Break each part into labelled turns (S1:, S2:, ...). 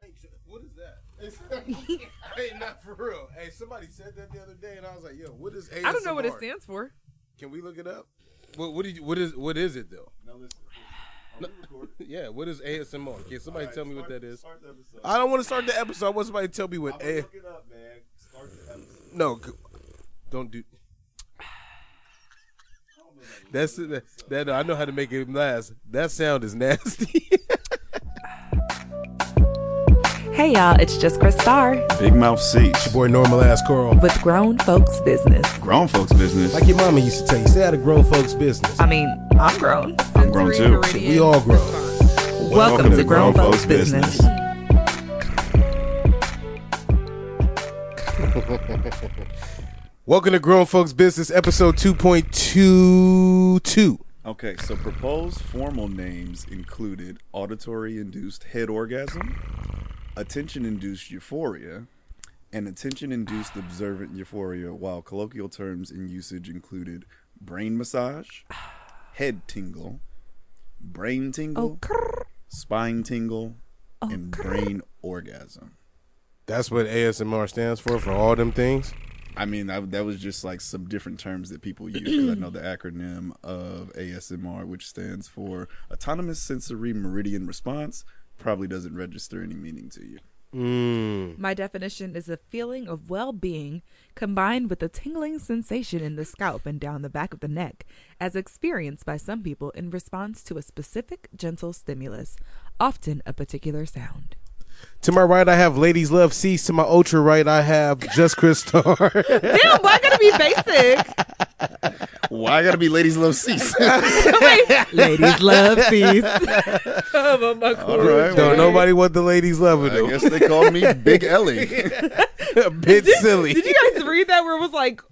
S1: hey, not for real. Hey, somebody said that the other day, and I was like, "Yo, what is ASMR?"
S2: I don't know what it stands for.
S1: Can we look it up? What what, did you, what is what is it though?
S3: Now listen. Are we recording?
S1: Yeah, what is ASMR? Can somebody
S3: Alright,
S1: tell me what
S3: start-
S1: that is?
S3: Start the episode.
S1: I don't want to start the episode. I want somebody to tell me
S3: I'm
S1: what
S3: gonna
S1: A.
S3: look it up, man. Start the episode.
S1: No, c- don't do. That's it. That, that I know how to make it last. That sound is nasty.
S4: Hey y'all, it's just Chris Starr
S5: Big mouth seats.
S1: Boy, normal ass Carl.
S4: with Grown Folks Business.
S5: Grown folks business.
S1: your mama used to tell you, stay out of grown folks' business.
S4: I mean, I'm grown.
S5: I'm grown
S2: Sensory
S5: too.
S2: meridian
S1: We all grown.
S2: response.
S4: Welcome, to, Grown, Folks, Business.
S1: Welcome to Grown Folks Business, episode 2.22.
S5: Okay, so proposed formal names included auditory induced head orgasm, attention induced euphoria, and attention induced observant euphoria, while colloquial terms in usage included brain massage, head tingle, brain tingle,
S4: Oh,
S5: spine tingle, and brain orgasm.
S1: That's what ASMR stands for, for all them things.
S5: I mean, I, that was just like some different terms that people use. 'cause I know the acronym of ASMR, which stands for Autonomous Sensory Meridian Response, probably doesn't register any meaning to you.
S2: My
S4: My definition is a feeling of well being combined with a tingling sensation in the scalp and down the back of the neck, as experienced by some people in response to a specific gentle stimulus, often a particular sound.
S1: To my right, I have Ladies Love Cease. To my ultra right, I have Just Chris Starr.
S4: Damn, why gotta be basic?
S5: Why I gotta be ladies love seats?
S4: Ladies love these.
S5: All right,
S1: Don't
S5: well,
S1: nobody want the ladies loving
S5: I
S1: them.
S5: guess they call me Big Ellie.
S1: A bit silly.
S4: Did you guys read that where it was like,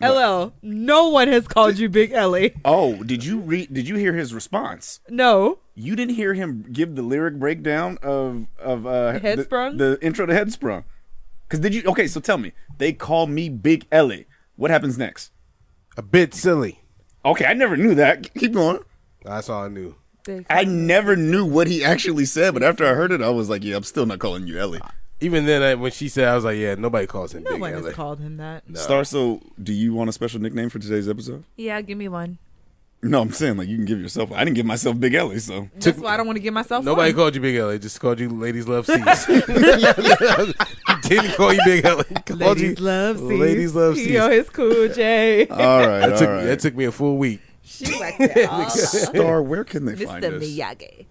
S4: LL, no one has called you Big Ellie.
S5: Oh, did you read? Did you hear his response?
S4: No.
S5: You didn't hear him give the lyric breakdown of of uh,
S4: Headsprung?
S5: the, the intro to Headsprung. Because did you? Okay, so tell me, they call me Big Ellie. What happens next?
S1: A bit silly.
S5: Okay, I never knew that. Keep going.
S1: That's all I knew.
S5: I never knew what he actually said, but after I heard it, I was like, "Yeah, I'm still not calling you Ellie."
S1: Even then, I, when she said, I was like, yeah, nobody calls him
S4: No
S1: Big
S4: one
S1: Ellie.
S4: has called him that.
S5: Star, so do you want a special nickname for today's episode?
S4: Yeah, give me one.
S5: No, I'm saying like you can give yourself. I didn't give myself Big Ellie, so
S4: That's why I don't want to give myself
S1: Nobody
S4: one.
S1: called you Big Ellie. Just called you Ladies Love Seas. Didn't call you Big Ellie. Called you
S4: Ladies love C's.
S1: Ladies Love Seas.
S4: Yo, it's cool, Jay.
S5: all right,
S1: That took,
S5: all right.
S1: that took me a full week.
S4: she whacked it all up.
S5: Star, where can they find
S4: Mr.
S5: us?
S4: Miyagi.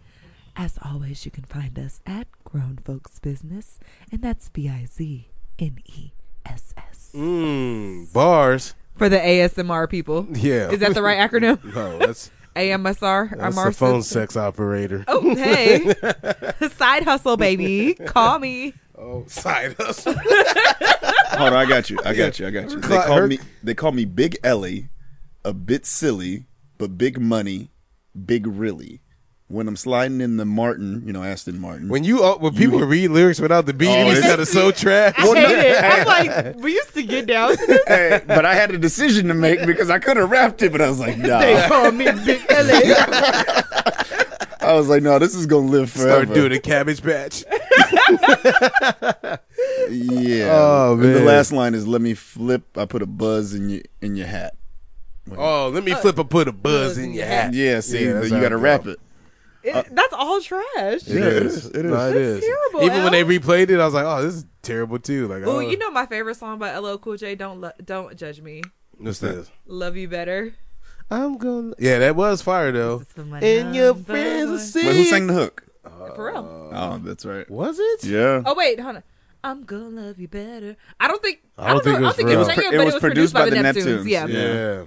S4: As always, you can find us at Grown Folks Business, and that's B I Z N E S S.
S1: Mm, bars.
S4: For the ASMR people.
S1: Yeah.
S4: Is that the right acronym?
S1: No, that's,
S4: AMSR?
S1: that's
S4: AMR?
S1: the phone sex operator.
S4: Oh, hey. Side hustle, baby. Call me.
S1: Oh, side hustle.
S5: Hold on, I got you. I got you. I got you. They
S1: Cla-
S5: call
S1: her-
S5: me. They call me Big Ellie, a bit silly, but big money, big really. When I'm sliding in the Martin, you know Aston Martin.
S1: when you uh, when people read lyrics without the beat,
S5: Oh,
S1: it was
S5: it's-
S1: kind of so trash.
S4: I hate it. I'm like, we used to get down.
S5: Hey, Eh, but I had a decision to make because I could have wrapped it, but I was like, nah.
S4: they call me Big Ellie.
S5: I was like, no, this is gonna live forever.
S1: Start doing a cabbage patch.
S5: Yeah.
S1: Oh,
S5: And The
S1: man.
S5: last line is, "Let me flip. I put a buzz in your in your hat."
S1: Oh, let me flip and put a buzz in your hat.
S5: Yeah. See,
S1: Yeah,
S5: then
S1: that's
S5: you
S1: how
S5: got to
S1: it
S5: wrap
S1: go.
S5: it.
S4: It- that's all trash.
S5: Yeah, it is. It is.
S1: No, it is.
S4: terrible,
S1: Even when they
S4: Al.
S1: replayed it, I was like, "Oh, this is terrible too." Like,
S4: Oh,
S1: oh,
S4: you know my favorite song by LL Cool J. Don't lo- don't judge me.
S1: what's this?
S4: Love you better.
S1: I'm gonna. Yeah, that was fire though.
S4: This is for my
S1: And your
S4: number
S1: friends will
S4: one.
S1: see.
S5: Wait, who sang the hook?
S4: For real.
S5: Oh, that's right.
S1: Was it?
S5: Yeah.
S4: Oh wait, hold on. I'm gonna love you better. I don't think.
S1: I don't think it was for real.
S4: it was sang it, but it was produced by, the Neptunes. Yeah.
S1: Yeah.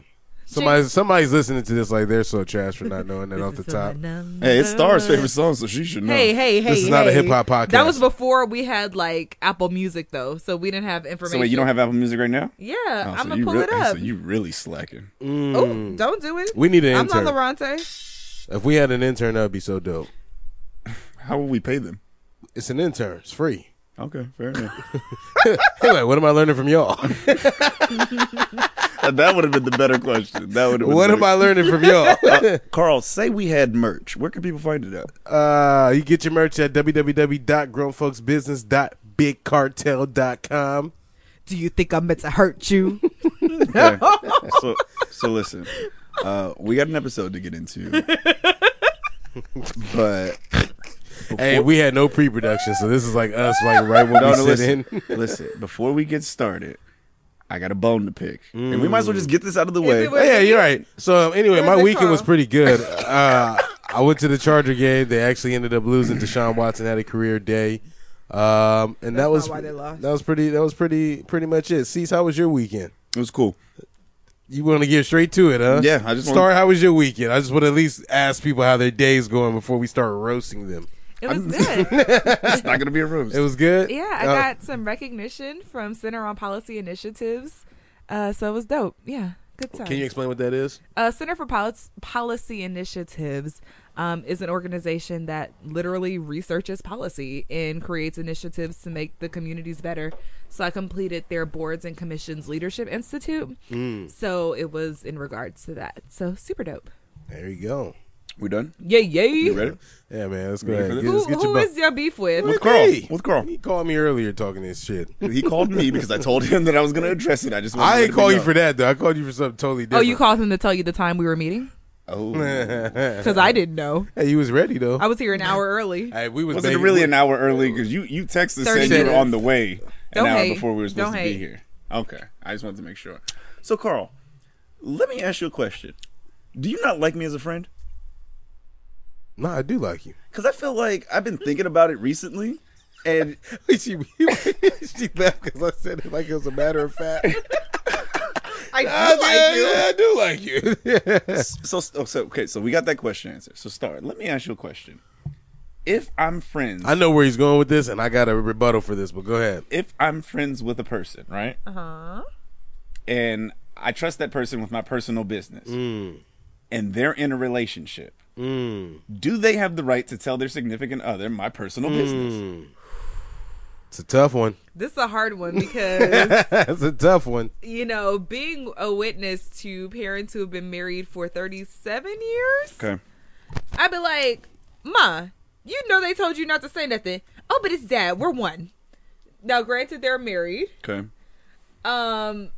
S1: Somebody, somebody's listening to this like they're so trash for not knowing that
S4: This
S1: off the
S4: is for
S1: top.
S4: my number
S5: Hey, it's Star's
S4: one.
S5: favorite song, so she should know.
S4: Hey, hey, hey!
S1: This is not a
S4: hey.
S1: hip-hop podcast.
S4: That was before we had like Apple Music, though, so we didn't have information.
S5: So wait, you don't have Apple Music right now?
S4: Yeah,
S5: Oh,
S4: I'm
S5: so
S4: gonna
S5: you
S4: pull
S5: rea-
S4: it up.
S5: So you really slacking.
S4: oh, don't do it.
S1: Hmm. We need an
S4: I'm not
S1: intern.
S4: Laronte.
S1: If we had an intern, that'd be so dope.
S5: How will we pay them?
S1: It's an intern. It's free.
S5: Okay, fair enough.
S1: Anyway, what am I learning from y'all?
S5: that would have been the better question. That would have. Been
S1: what am
S5: better. Uh,
S1: I learning from y'all?
S5: Carl, say we had merch. Where can people find it at?
S1: Uh, you get your merch at www.grownfolksbusiness.biz. BigCartel.com.
S4: Do you think I'm meant to hurt you?
S5: Okay. so, so listen, uh, we got an episode to get into, but
S1: Hey, we had no pre-production, so this is like us, like right when we
S5: no, no,
S1: sit
S5: listen,
S1: in.
S5: listen. Before we get started, I got a bone to pick, and we might as well just
S1: Mm.
S5: get this out of the way.
S4: it were-
S1: yeah, you're right. So anyway,
S4: Where's
S1: my
S4: it
S1: weekend was
S4: from?
S1: pretty good. Uh, I went to the Charger game. They actually ended up losing. Deshaun Watson had a career day, um, and that
S4: not
S1: was
S4: why they lost.
S1: that was pretty. That was pretty pretty much it. Cease, how was your weekend?
S5: It was cool.
S1: You want to get straight to it, huh?
S5: Yeah, I just
S1: start.
S5: wanna-
S1: How was your weekend? I just want to at least ask people how their day's going before we start roasting them.
S4: It was good.
S5: It's not gonna be a roast.
S1: It was good.
S4: yeah, I
S1: Uh,
S4: got some recognition from Center on Policy Initiatives. Uh, so it was dope. Yeah, good time.
S1: Can you explain what that is?
S4: uh, Center for Pol- Policy Initiatives um, is an organization that literally researches policy and creates initiatives to make the communities better. So I completed their Boards and Commissions Leadership Institute.
S1: Mm.
S4: So it was in regards to that. So super dope.
S1: There you go.
S5: we done?
S4: Yay, yay.
S5: You ready?
S1: Yeah, man. Let's go
S5: Ready
S1: ahead. Get,
S5: for this?
S1: let's
S4: Who,
S1: get your
S4: who
S1: buck-
S4: is your beef with?
S1: With
S5: Carl.
S1: me.
S5: With Carl.
S1: He called me earlier talking this shit.
S5: He called me because I told him that I was gonna address it. I just wanted to
S1: I
S5: let
S1: ain't
S5: it
S1: call
S5: be
S1: you
S5: known.
S1: for that though. I called you for something totally
S4: Oh,
S1: different.
S4: you called him to tell you the time we were meeting?
S5: Oh,
S4: Because I didn't know.
S1: Hey, you was ready though.
S4: I was here an hour early.
S1: hey, we was
S5: was it
S1: making-
S5: really an hour early? Because you you
S4: 30
S5: texted saying you were
S4: minutes.
S5: on the way an
S4: Don't
S5: hour
S4: hate.
S5: before we were supposed
S4: Don't
S5: to be
S4: hate.
S5: here. Okay, I just wanted to make sure. So Carl, let me ask you a question. Do you not like me as a friend?
S1: No, I do like you.
S5: Because I feel like I've been thinking about it recently, and
S1: she, she laughed because I said it like it was a matter of fact.
S4: I do
S1: yeah, yeah, I do like you.
S5: so, so so- okay. So we got that question answered. So start. Let me ask you a question. If I'm friends,
S1: I know where he's going with this, and I got a rebuttal for this. But go ahead.
S5: if I'm friends with a person, right?
S4: Huh?
S5: and I trust that person with my personal business, and they're in a relationship, do they have the right to tell their significant other my personal business?
S1: It's a tough one.
S4: This is a hard one because
S1: it's a tough one.
S4: you know, being a witness to parents who have been married for 37 years,
S5: Okay.
S4: I'd be like, Ma, you know they told you not to say nothing. Oh, but it's dad. We're one. Now, granted, they're married.
S5: Okay.
S4: Um,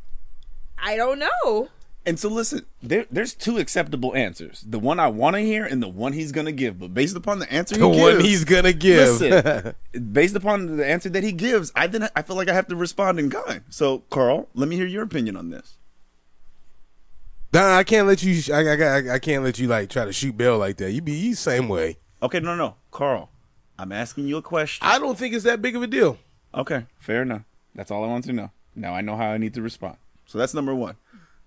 S4: I don't know.
S5: And so listen, there, there's two acceptable answers: the one I want to hear and the one he's gonna give. But based upon the answer,
S1: The
S5: he
S1: one
S5: gives,
S1: he's gonna give.
S5: Listen, based upon the answer that he gives, I then I feel like I have to respond in kind. So, Carl, let me hear your opinion on this.
S1: Nah, I can't let you. sh- I, I, I, I can't let you like try to shoot Bill like that. You be you same way.
S5: Okay, no, no, Carl, I'm asking you a question.
S1: I don't think it's that big of a deal.
S5: Okay, fair enough. That's all I want to know. Now I know how I need to respond. So that's number one.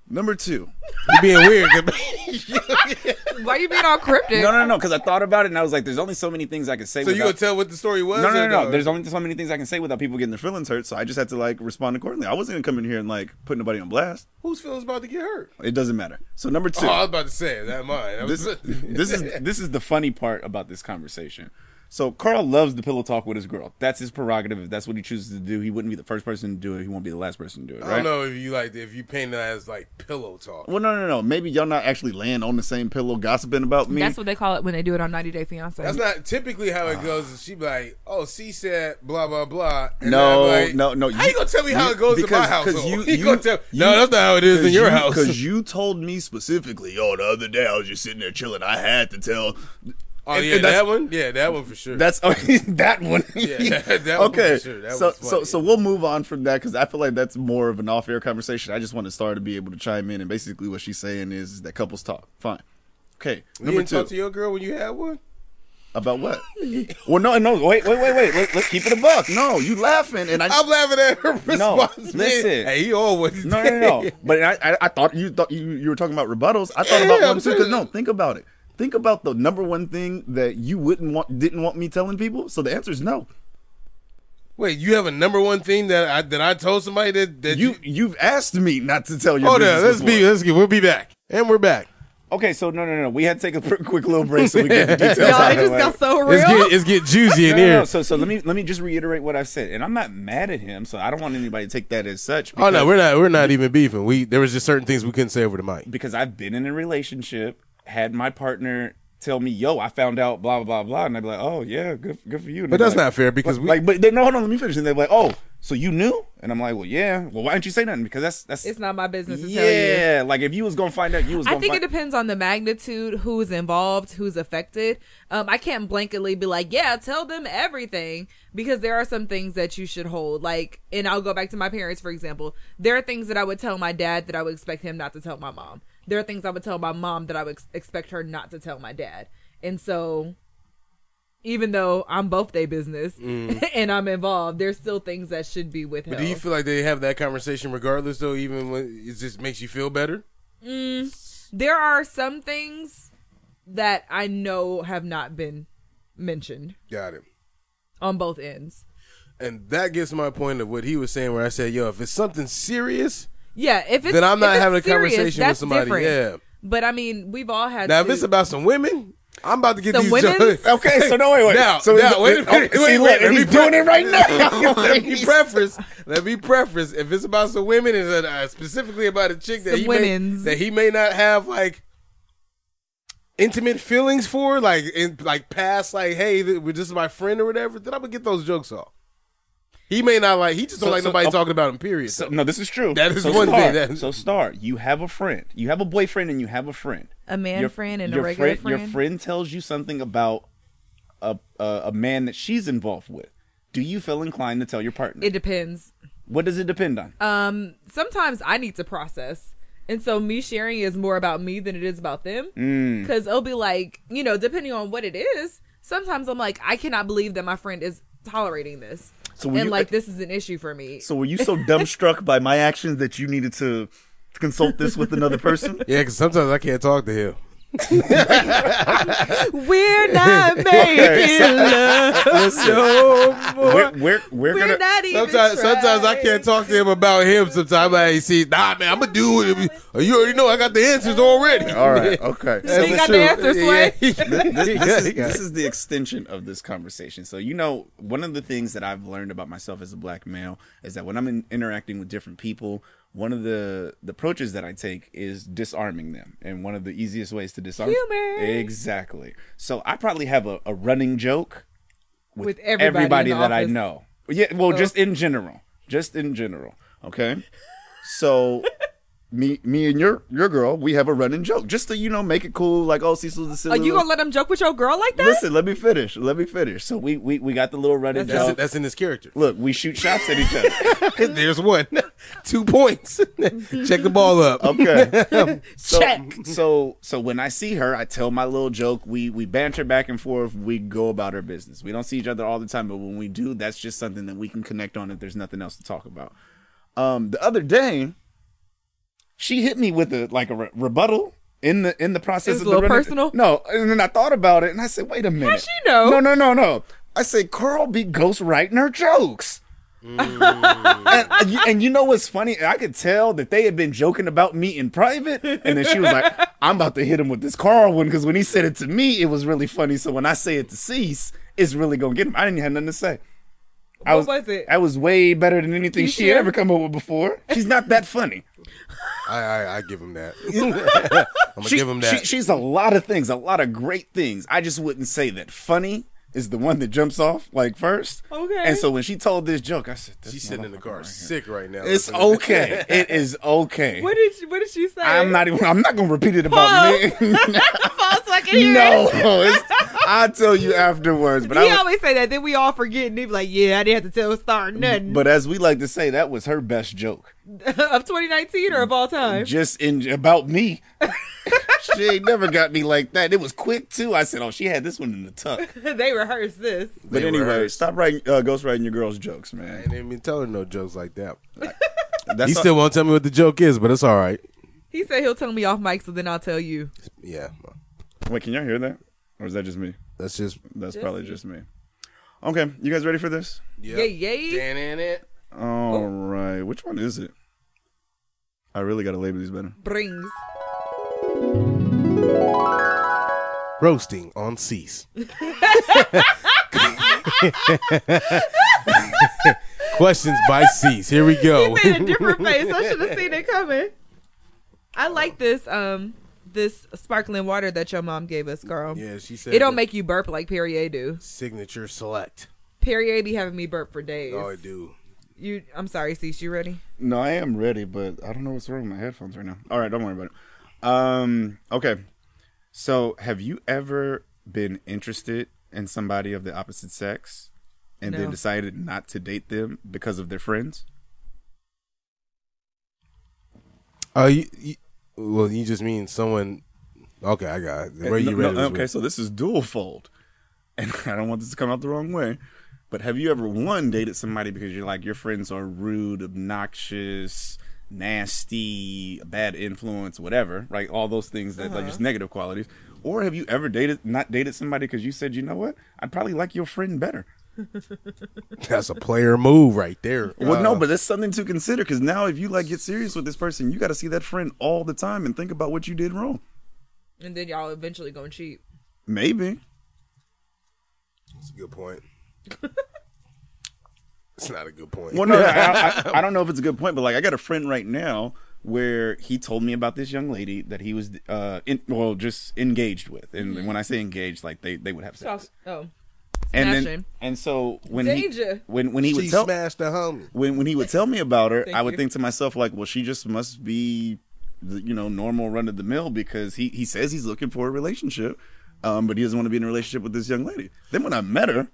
S5: Number two.
S1: You being weird. 'cause-
S4: Why you being all cryptic?
S5: No, no, no, because I thought about it and I was like, there's only so many things I can say.
S1: so you
S5: without-
S1: gonna tell what the story was?
S5: No, no,
S1: or
S5: no, no. There's only so many things I can say without people getting their feelings hurt. So I just had to like respond accordingly. I wasn't gonna come in here and like put nobody on blast.
S1: whose feelings about to get hurt.
S5: It doesn't matter. So number two.
S1: Oh, I was about to say that mine. That
S5: this,
S1: was-
S5: this is this is the funny part about this conversation. So Carl loves the pillow talk with his girl. That's his prerogative. If that's what he chooses to do, he wouldn't be the first person to do it. He won't be the last person to do it. Right?
S1: I don't know if you like if you paint that as like pillow talk.
S5: Well, no, no, no. Maybe y'all not actually laying on the same pillow gossiping about me.
S4: That's what they call it when they do it on 90 Day Fiance.
S1: That's not typically how it goes. Is she be like, oh, she said blah blah blah. And
S5: No,
S1: I'm like,
S5: no, no,
S1: How you,
S5: you-
S1: gonna tell me how
S5: you-
S1: it goes in my
S5: because- 'cause
S1: household?
S5: you-
S1: You
S5: you-
S1: gonna tell-
S5: you-
S1: no, that's not how it is in your house.
S5: Because you told me specifically, oh, the other day I was just sitting there chilling. I had to tell.
S1: oh
S5: And-
S1: yeah,
S5: and that's-
S1: that one. Yeah, that one for sure.
S5: That's that one.
S1: Yeah, that one
S5: okay.
S1: for sure. That
S5: so,
S1: one's
S5: so,
S1: funny.
S5: so we'll move on from that because I feel like that's more of an off-air conversation. I just want to start to be able to chime in, and basically what she's saying is that couples talk. Fine. Okay.
S1: you
S5: Number
S1: didn't
S5: two.
S1: talk to your girl when you had one.
S5: About what? well, no, no. Wait, wait, wait, wait. Let, let's keep it a buck. No, you laughing, and I.
S1: I'm laughing at her
S5: No,
S1: response. man.
S5: listen.
S1: Hey, he always
S5: No, no, no. no. But I, I, I thought you thought you, you were talking about rebuttals. I thought about
S1: Yeah,
S5: one too. 'cause no,
S1: I'm-
S5: think about it. Think about the number one thing that you wouldn't want, didn't want me telling people. So the answer is no.
S1: Wait, you have a number one thing that I that I told somebody that that
S5: You, you've asked me not to tell your.
S1: Hold on,
S5: business
S1: let's
S5: before.
S1: be let's get we'll be back and we're back.
S5: Okay, so no, no, no. We had to take a pr- quick little break so we get the details.
S4: Y'all,
S5: out
S4: it
S5: of the
S4: just
S5: way.
S4: got so
S1: It's
S4: real.
S1: get it's get juicy in
S5: No, no, no.
S1: here.
S5: So, so let me let me just reiterate what I said, and I'm not mad at him. So I don't want anybody to take that as such.
S1: Oh no,
S5: because-
S1: we're not we're not even beefing. We there was just certain things we couldn't say over the mic.
S5: because I've been in a relationship, had my partner tell me, "Yo, I found out blah blah blah," and I'd be like, "Oh yeah, good good for you." And
S1: But
S5: they'd be
S1: that's
S5: like-
S1: not fair because
S5: like,
S1: we-
S5: like, but they no, hold on, let me finish. And they're like, "Oh, so you knew?" And I'm like, "Well, yeah. Well, why didn't you say nothing? Because that's that's
S4: It's not my business to tell you.
S5: yeah. Like if you was gonna find out, you was.
S4: I
S5: Gonna
S4: think it
S5: find-
S4: depends on the magnitude, who's involved, who's affected. Um, I can't blanketly be like, yeah, tell them everything because there are some things that you should hold. Like, and I'll go back to my parents, for example. There are things that I would tell my dad that I would expect him not to tell my mom. There are things I would tell my mom that I would ex- expect her not to tell my dad. And so, even though I'm both their business and I'm involved, there's still things that should be withheld.
S1: Mm. But do you feel like they have that conversation regardless, though, even when it just makes you feel better?
S4: there are some things that I know have not been mentioned
S1: Got it.
S4: on both ends.
S1: And that gets my point of what he was saying, where I said, yo, if it's something serious,
S4: Yeah, if it's
S1: Then I'm not
S4: if it's
S1: having a
S4: serious,
S1: conversation with
S4: that's
S1: somebody,
S4: Different.
S1: yeah.
S4: but I mean, we've all had.
S1: now if
S4: to-
S1: it's about some women, I'm about to get
S4: Some
S1: these
S4: women's?
S1: judges.
S5: Okay, so no, wait, wait.
S1: Now,
S5: so
S1: now,
S5: the-
S1: wait a
S5: the-
S1: minute.
S5: oh,
S1: wait,
S5: see,
S1: wait,
S5: look, and he's doing it right now.
S1: let me preface. Let me preface. If it's about some women, and uh, specifically about a chick that
S4: Some
S1: he
S4: women's.
S1: may, that he may not have like intimate feelings for, like in like past, like hey, th- we're just my friend or whatever, then I'm gonna get those jokes off. He may not like. He just don't
S5: So-
S1: like
S5: so,
S1: nobody
S5: um,
S1: talking about him. Period.
S5: So, no, this is true.
S1: That is
S5: so
S1: one
S5: Star,
S1: thing that-
S5: so Star, you have a friend. You have a boyfriend and you have a friend.
S4: a man
S5: Your-
S4: friend and a
S5: your
S4: regular friend,
S5: Your friend tells you something about a, a a man that she's involved with. Do you feel inclined to tell your partner?
S4: it depends.
S5: what does it depend on?
S4: Um, sometimes I need to process. And so me sharing is more about me than it is about them.
S5: Mm.
S4: Cause it'll be like, you know, depending on what it is, sometimes I'm like, I cannot believe that my friend is tolerating this.
S5: So
S4: and
S5: when you-
S4: like this is an issue for me.
S5: so were you so dumbstruck by my actions that you needed to consult this with another person?
S1: yeah, because sometimes I can't talk to him.
S4: We're not making love no more.
S5: We're we're, we're
S4: We're
S5: gonna
S4: not even
S1: Sometimes, sometimes I
S4: trying.
S1: can't talk to him about him. Sometimes I'm like, hey, see, nah, man, I'm gonna do it. You already know I got the answers already.
S5: All right. Okay.
S4: So You got the answer, Sway?
S5: this, is, this is the extension of this conversation. So, you know, one of the things that I've learned about myself as a black male is that when I'm in, interacting with different people, one of the, the approaches that I take is disarming them. And one of the easiest ways to disarm
S4: Humor.
S5: Exactly. So, I probably have a, a running joke with,
S4: With everybody in the
S5: that I
S4: office.
S5: know. Yeah, well, just in general. Just in general. Okay? So me me and your your girl, we have a running joke. Just to, you know, make it cool, like, oh Cecil's the
S4: Are
S5: silly
S4: you
S5: little-
S4: gonna let him joke with your girl like that?
S5: Listen, let me finish. Let me finish. So we we, we got the little running
S4: That's
S1: That's,
S5: joke.
S1: that's in his character.
S5: Look, we shoot shots at each other.
S1: There's one, two points. Check the ball up.
S5: Okay. So, So so when I see her, I tell my little joke. We we banter back and forth. We go about our business. We don't see each other all the time, but when we do, that's just something that we can connect on if there's nothing else to talk about. Um, the other day, she hit me with a like a re- rebuttal in the in the process.
S4: It was
S5: of
S4: a little
S5: the rena-
S4: personal?
S5: No, and then I thought about it and I said, wait a minute.
S4: she know?
S5: No, no, no, no. I said Carl be ghostwriting her jokes. and, and you, and you know what's funny? I could tell that they had been joking about me in private, and then she was like, "I'm about to hit him with this Carl one," because when he said it to me, it was really funny. So when I say it to Cease, it's really gonna get him. I didn't have nothing to say. I
S4: What was it?
S5: I was way better than anything
S4: You
S5: she
S4: sure?
S5: had ever come up with before. She's not that funny.
S1: I, I, I give him that. I'm gonna
S5: She-
S1: give him that.
S5: she- she's a lot of things, a lot of great things. I just wouldn't say that funny is the one that jumps off like first.
S4: Okay.
S5: And so when she told this joke, I said, this
S1: She's sitting in the
S5: motherfucker
S1: car,
S5: right here.
S1: sick right now.
S5: It's
S1: Listen to this.
S5: okay. It is okay.
S4: What did she, what did she say?
S5: I'm not even. I'm not gonna repeat it about
S4: Paul.
S5: me.
S4: false fucking
S5: no, it's, I'll tell you afterwards. But
S4: he
S5: I,
S4: always say that. Then we all forget, and they be like, "Yeah, I didn't have to tell Star nothing
S5: but as we like to say, that was her best joke,
S4: of 2019 or of all time."
S5: just in about me. she ain't never got me like that. It was quick too. I said, "Oh, she had this one in the tuck."
S4: they rehearsed this.
S5: But
S1: They
S5: anyway,
S1: rehearsed.
S5: stop writing uh, ghostwriting your girls' jokes,
S1: I
S5: man.
S1: didn't even tell her no jokes like that.
S5: That's
S1: he
S5: all-
S1: still won't tell me what the joke is, but it's all right.
S4: He said he'll tell me off mic, so then I'll tell you.
S1: Yeah,
S5: Wait, can y'all hear that, or is that just me?
S1: that's just
S5: That's
S4: Just
S5: probably
S4: you.
S5: just me. Okay, you guys ready for this?
S1: yeah.
S4: Yeah, yeah.
S1: in it.
S4: Oh.
S5: All right. which one is it? I really gotta label these better.
S4: Brings.
S1: Roasting on cease. Questions by cease. Here we
S4: He
S1: go.
S4: made a different face. I should have seen it coming. I like this. Um, this sparkling water that your mom gave us, girl.
S1: Yeah, she said
S4: It don't
S1: that
S4: make you burp like Perrier do.
S1: signature select.
S4: Perrier be having me burp for days.
S1: Oh, I do.
S4: You, I'm sorry, Cease. You ready?
S5: No, I am ready, but I don't know what's wrong with my headphones right now. All right, don't worry about it. Um, okay. So, have you ever been interested in somebody of the opposite sex and
S4: No.
S5: then decided not to date them because of their friends?
S1: Oh, you, you, well, you just mean someone. Okay, I got it. Where
S5: Eh, No,
S1: you
S5: no,
S1: read it was
S5: okay,
S1: with-
S5: so this is dual fold. And I don't want this to come out the wrong way. But have you ever one dated somebody because you're like your friends are rude, obnoxious, nasty, bad influence, whatever, right? All those things that like just negative qualities. Or have you ever dated not dated somebody because you said, you know what, I'd probably like your friend better.
S1: That's a player move right there.
S5: well, no,
S1: Uh,
S5: but that's something to consider because now if you like get serious with this person, you got to see that friend all the time and think about what you did wrong.
S4: And then y'all eventually gonna cheat.
S5: Maybe.
S1: that's a good point. it's not a good point.
S5: Well, no, I, I, I don't know if it's a good point, but like I got a friend right now where he told me about this young lady that he was, uh, in, well, just engaged with, and
S4: Mm-hmm.
S5: when I say engaged, like they they would have
S4: So,
S5: sex,
S4: oh,
S5: and
S4: smashing.
S5: then and so when he
S4: Danger.
S5: when when he
S1: she
S5: would tell
S1: smashed the homie.
S5: when when he would tell me about her,
S4: Thank
S5: I would
S4: you.
S5: think to myself like, well, she just must be, the, you know, normal run of the mill because he he says he's looking for a relationship, um, but he doesn't want to be in a relationship with this young lady. Then when I met her,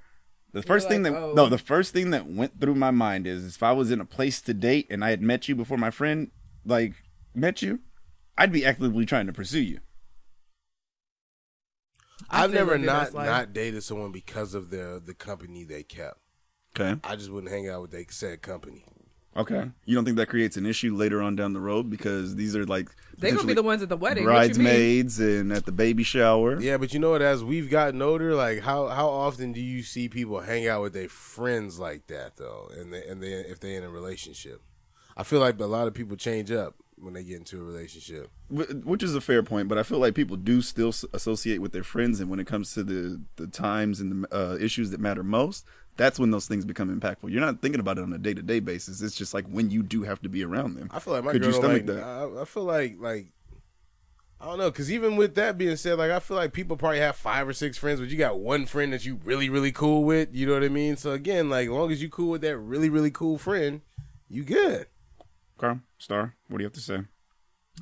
S5: the first thing
S4: like,
S5: that
S4: oh.
S5: no, the first thing that went through my mind is if I was in a place to date and I had met you before my friend like met you, I'd be actively trying to pursue you.
S4: I
S1: I've
S4: still
S1: never
S4: live in
S1: not
S4: this life.
S1: not dated someone because of the the company they kept.
S5: Okay.
S1: I just wouldn't hang out with they said company.
S5: Okay. You don't think that creates an issue later on down the road because these are like
S4: they gonna be
S5: potentially
S4: the ones at the wedding. What you mean?
S5: bridesmaids and at the baby shower.
S1: Yeah, but you know what? As we've gotten older, like how how often do you see people hang out with their friends like that though? And they, and they if they're in a relationship, I feel like a lot of people change up when they get into a relationship.
S5: Wh- which is a fair point, but I feel like people do still s- associate with their friends, and when it comes to the the times and the uh, issues that matter most, that's when those things become impactful. You're not thinking about it on a day to day basis. It's just like when you do have to be around them.
S1: I feel like my
S5: Could
S1: girl
S5: you
S1: don't
S5: stomach
S1: like, uh,
S5: that?
S1: I, I feel like like I don't know because even with that being said, like I feel like people probably have five or six friends, but you got one friend that you really really cool with. You know what I mean? So again, like as long as you cool with that really really cool friend, you good.
S5: Carl Star, what do you have to say?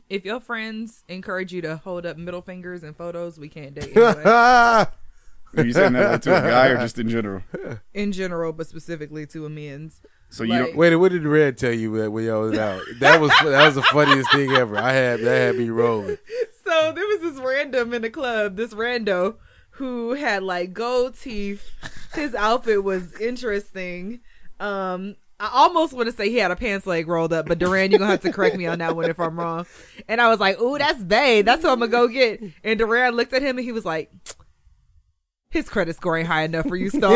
S4: If your friends encourage you to hold up middle fingers in photos, we can't date anyway.
S1: That's
S5: Are you saying that like, to a guy or just in general?
S4: in general, but specifically to amends.
S5: So you don't.
S4: Like-
S1: Wait, what did Red tell you when when y'all was out? That was that was the funniest thing ever. I had that had me rolling.
S4: So there was this random in the club, this rando who had like gold teeth. His outfit was interesting. Um I almost want to say he had a pants leg rolled up, but Duran, you're gonna have to correct me on that one if I'm wrong. And I was like, "Ooh, that's bae. That's who I'm gonna go get." And Duran looked at him and he was like, "His credit score ain't high enough for you, Star."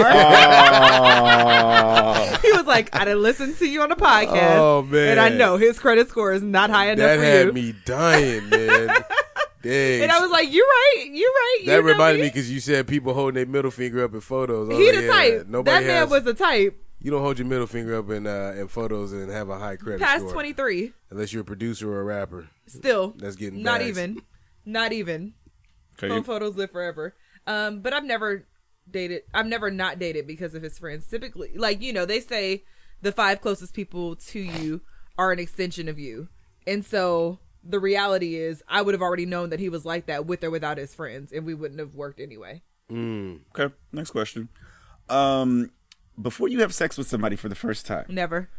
S5: Aw.
S4: he was like, "I didn't listen to you on the podcast,
S1: Oh, man.
S4: and I know his credit score is not high enough
S1: That
S4: for
S1: had
S4: you."
S1: me dying, man. Dang.
S4: and I was like, "You're right. You're right." you
S1: that
S4: know
S1: reminded me because you said people holding their middle finger up in photos. I
S4: he
S1: was
S4: the
S1: like, yeah,
S4: type. That
S1: Nobody
S4: man
S1: has,
S4: was the type.
S1: You don't hold your middle finger up in uh, in photos and have a high credit
S4: Past
S1: score,
S4: twenty three,
S1: unless you're a producer or a rapper.
S4: still.
S1: That's getting
S4: not
S1: bags.
S4: even, not even.
S5: okay,
S4: Phone photos live forever. Um, but I've never dated. I've never not dated because of his friends. Typically, like you know, they say the five closest people to you are an extension of you, and so the reality is, I would have already known that he was like that with or without his friends, and we wouldn't have worked anyway.
S5: okay. Next question. Um, before you have sex with somebody for the first time,
S4: Never.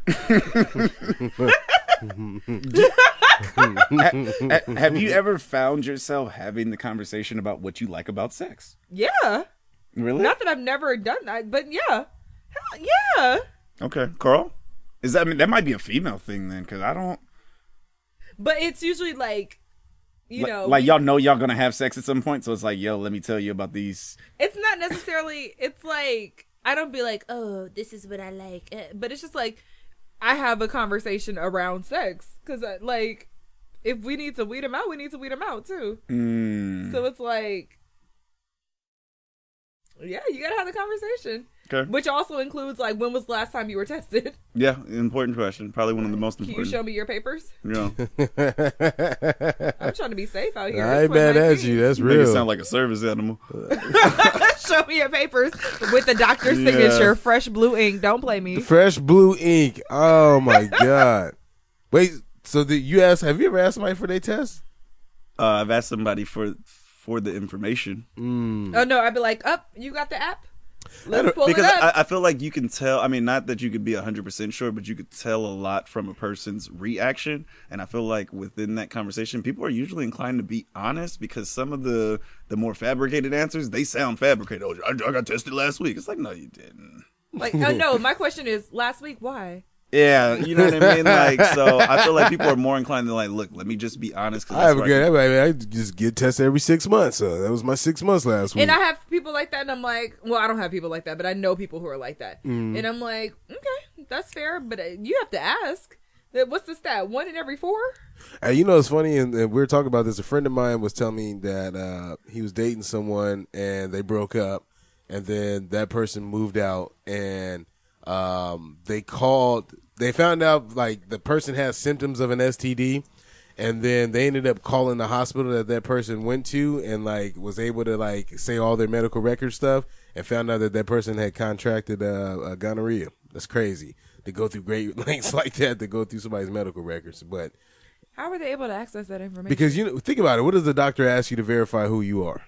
S5: Ha- ha- have you ever found yourself having the conversation about what you like about sex?
S4: yeah.
S5: Really?
S4: Not that I've never done that, but yeah, Hell, yeah.
S5: okay, Carl. Is that I mean, that might be a female thing then? Because I don't
S4: But it's usually like, you
S5: li-
S4: know,
S5: like y'all know y'all gonna have sex at some point, so it's like, yo, let me tell you about these.
S4: it's not necessarily. It's like I don't be like, oh, this is what I like, eh, but it's just like I have a conversation around sex because like if we need to weed them out, we need to weed them out too.
S5: Mm.
S4: So it's like, yeah, you gotta have the conversation.
S5: Okay.
S4: which also includes like when was the last time you were tested?
S5: Yeah, important question. Probably one of the most
S4: Can you
S5: important.
S4: show me your papers?
S5: yeah. Eh.
S4: I'm trying to be safe out here.
S1: I
S4: It's
S1: ain't mad at
S4: 2019.
S1: you. That's
S5: Make it
S1: real.
S5: sound like a service animal.
S4: show me your papers with the doctor's
S5: Yeah.
S4: signature, fresh blue ink. Don't play me.
S1: Fresh blue ink. Oh my god. Wait. So did you ask? Have you ever asked somebody for their test?
S5: Uh, I've asked somebody for for the information
S4: Oh no, I'd be like, up. you got the app. Let's pull it
S5: because
S4: up.
S5: I, I feel like you can tell. I mean, not that you could be hundred percent sure, but you could tell a lot from a person's reaction. And I feel like within that conversation, people are usually inclined to be honest because some of the the more fabricated answers they sound fabricated. Oh, I, I got tested last week. It's like no, you didn't.
S4: like, oh no, my question is, last week why?
S5: Yeah, you know what I mean. Like, so I feel like people are more inclined to like, look, let me just be honest. 'cause
S1: I have a
S5: that's where
S1: good.
S5: I
S1: I, I just get tested every six months. Uh, that was my six months last week.
S4: And I have people like that, and I'm like, well, I don't have people like that, but I know people who are like that,
S1: Mm.
S4: and I'm like, okay, that's fair, but uh, you have to ask. That- What's the stat? One in every four?
S1: And you know, it's funny, and, and we were talking about this. A friend of mine was telling me that uh, he was dating someone, and they broke up, and then that person moved out, and um, they called. They found out like the person has symptoms of an STD, and then they ended up calling the hospital that that person went to, and like was able to like say all their medical record stuff, and found out that that person had contracted uh, uh, gonorrhea. That's crazy to go through great lengths like that to go through somebody's medical records, but.
S4: How were they able to access that information?
S1: Because you know, think about it. What does the doctor ask you to verify who you are?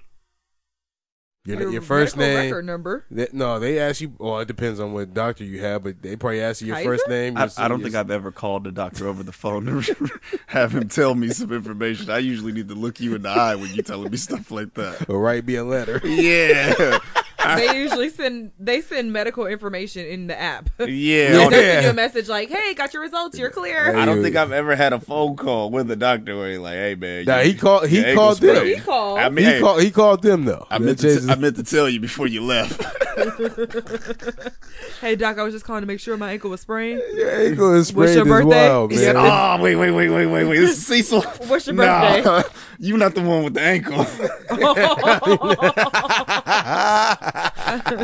S1: Your your, first
S4: medical
S1: name.
S4: record number.
S1: They- no, they ask you. Well, it depends on what doctor you have, but they probably ask you your
S4: Kaiser?
S1: first name.
S5: I,
S1: your-
S5: I don't
S1: your-
S5: think I've ever called a doctor over the phone to have him tell me some information. I usually need to look you in the eye when you're telling me stuff like that.
S1: Or write me a letter.
S5: Yeah,
S1: Ah.
S4: they usually send they send medical information in the app.
S5: yeah.
S4: They'll
S1: Oh, yeah.
S4: send you a message like, "Hey, got your results. You're clear."
S5: I don't think I've ever had a phone call with a doctor where he's like, "Hey, man."
S1: Nah,
S5: you-
S1: he called- he
S5: your ankle's
S1: called them.
S5: sprained."
S4: He called.
S5: I
S1: he
S5: mean, hey,
S1: called. He called them though.
S5: I meant,
S1: That
S5: to
S1: changes-
S5: t- I meant to tell you before you left.
S4: Hey, doc, I was just calling to make sure my ankle was sprained.
S1: your ankle is
S4: What's your
S1: sprained as
S4: birthday?
S1: well,
S5: He said,
S1: man.
S5: "Oh, wait, wait, wait, wait, wait, wait. This is Cecil.
S4: What's your
S5: Nah, you're not the one with the ankle.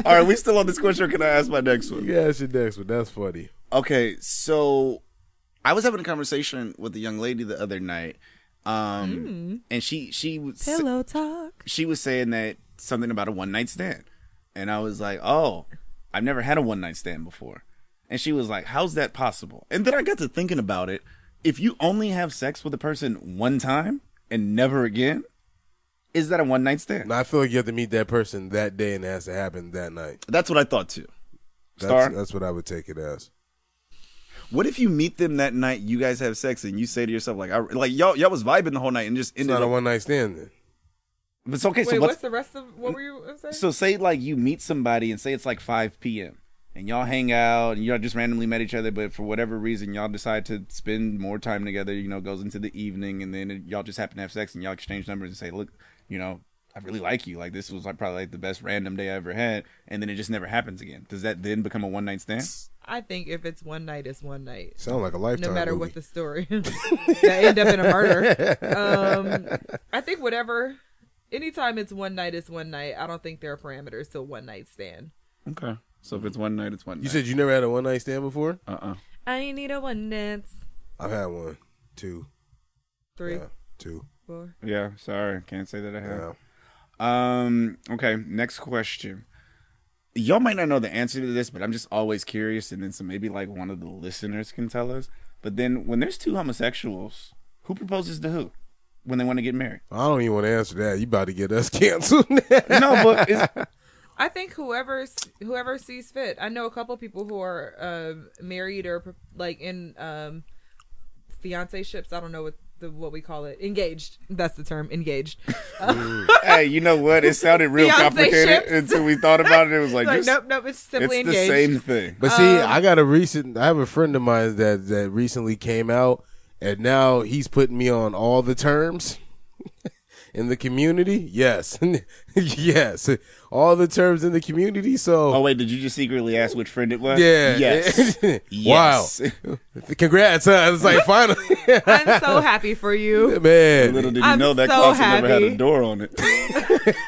S5: All right, we still on this question. Or can I ask my next one?
S1: Yeah, that's your next one. That's funny.
S5: Okay, so I was having a conversation with a young lady the other night,
S1: Mm.
S5: um, and she she was
S4: Pillow talk.
S5: she was saying that something about a one night stand, and I was like, oh, I've never had a one night stand before, and she was like, how's that possible? And then I got to thinking about it. If you only have sex with a person one time and never again, is that a one night stand?
S1: Now, I feel like you have to meet that person that day, and it has to happen that night.
S5: That's what I thought too.
S1: That's,
S5: Star?
S1: that's what I would take it as.
S5: What if you meet them that night, you guys have sex, and you say to yourself like, I, like y'all y'all was vibing the whole night and just
S1: It's
S5: ended
S1: not
S5: up
S1: a one night stand. Then.
S5: But it's okay.
S4: Wait,
S5: so
S4: what's
S5: what's
S4: the rest of what were you saying?
S5: so say like you meet somebody and say it's like 5 p.m. and y'all hang out and y'all just randomly met each other, but for whatever reason y'all decide to spend more time together. You know, goes into the evening and then it- y'all just happen to have sex and y'all exchange numbers and say, look, you know, I really like you. Like this was like probably like the best random day I ever had, and then it just never happens again. Does that then become a one night stand?
S4: I think if it's one night, it's one night.
S1: Sound like a lifetime.
S4: No matter
S1: movie.
S4: what the story, that end up in a murder. Um, I think whatever. Anytime it's one night, it's one night. I don't think there are parameters to a one night stand.
S5: Okay. So if it's one night, it's one
S1: You said you never had a one night stand before.
S5: uh uh
S4: I need a one dance.
S1: I've had one, two,
S4: Three,
S1: yeah, two.
S4: four.
S5: Yeah. Sorry, can't say that I have.
S1: Yeah.
S5: Um. Okay. Next question. Y'all might not know the answer to this, but I'm just always curious, and then so maybe like one of the listeners can tell us. But then, when there's two homosexuals, who proposes to who when they want to get married?
S1: I don't even want to answer that. You about to get us canceled.
S5: No, but it's,
S4: I think whoever's whoever sees fit. I know a couple people who are um married or like in um, fiance ships. I don't know what the what we call it. Engaged. That's the term. Engaged.
S5: hey, you know what? It sounded real
S4: Fiancé
S5: complicated
S4: ships.
S5: until we thought about it. It was like,
S4: like
S5: this-
S4: nope, nope. It's
S5: it's
S4: simply
S5: the
S4: engaged.
S5: same thing.
S1: but see,
S4: Um,
S1: I got a recent. I have a friend of mine that that recently came out, and now he's putting me on all the terms in the community. Yes, yes, all the terms in the community. So.
S5: Oh wait, did you just secretly ask which friend it was?
S1: Yeah.
S5: Yes.
S1: wow.
S5: Yes.
S1: Congrats. Huh? It's like finally,
S4: I'm so happy for you.
S1: man.
S5: Little did you
S4: I'm
S5: know that
S4: so
S5: closet never had
S4: happy.
S5: a door on it.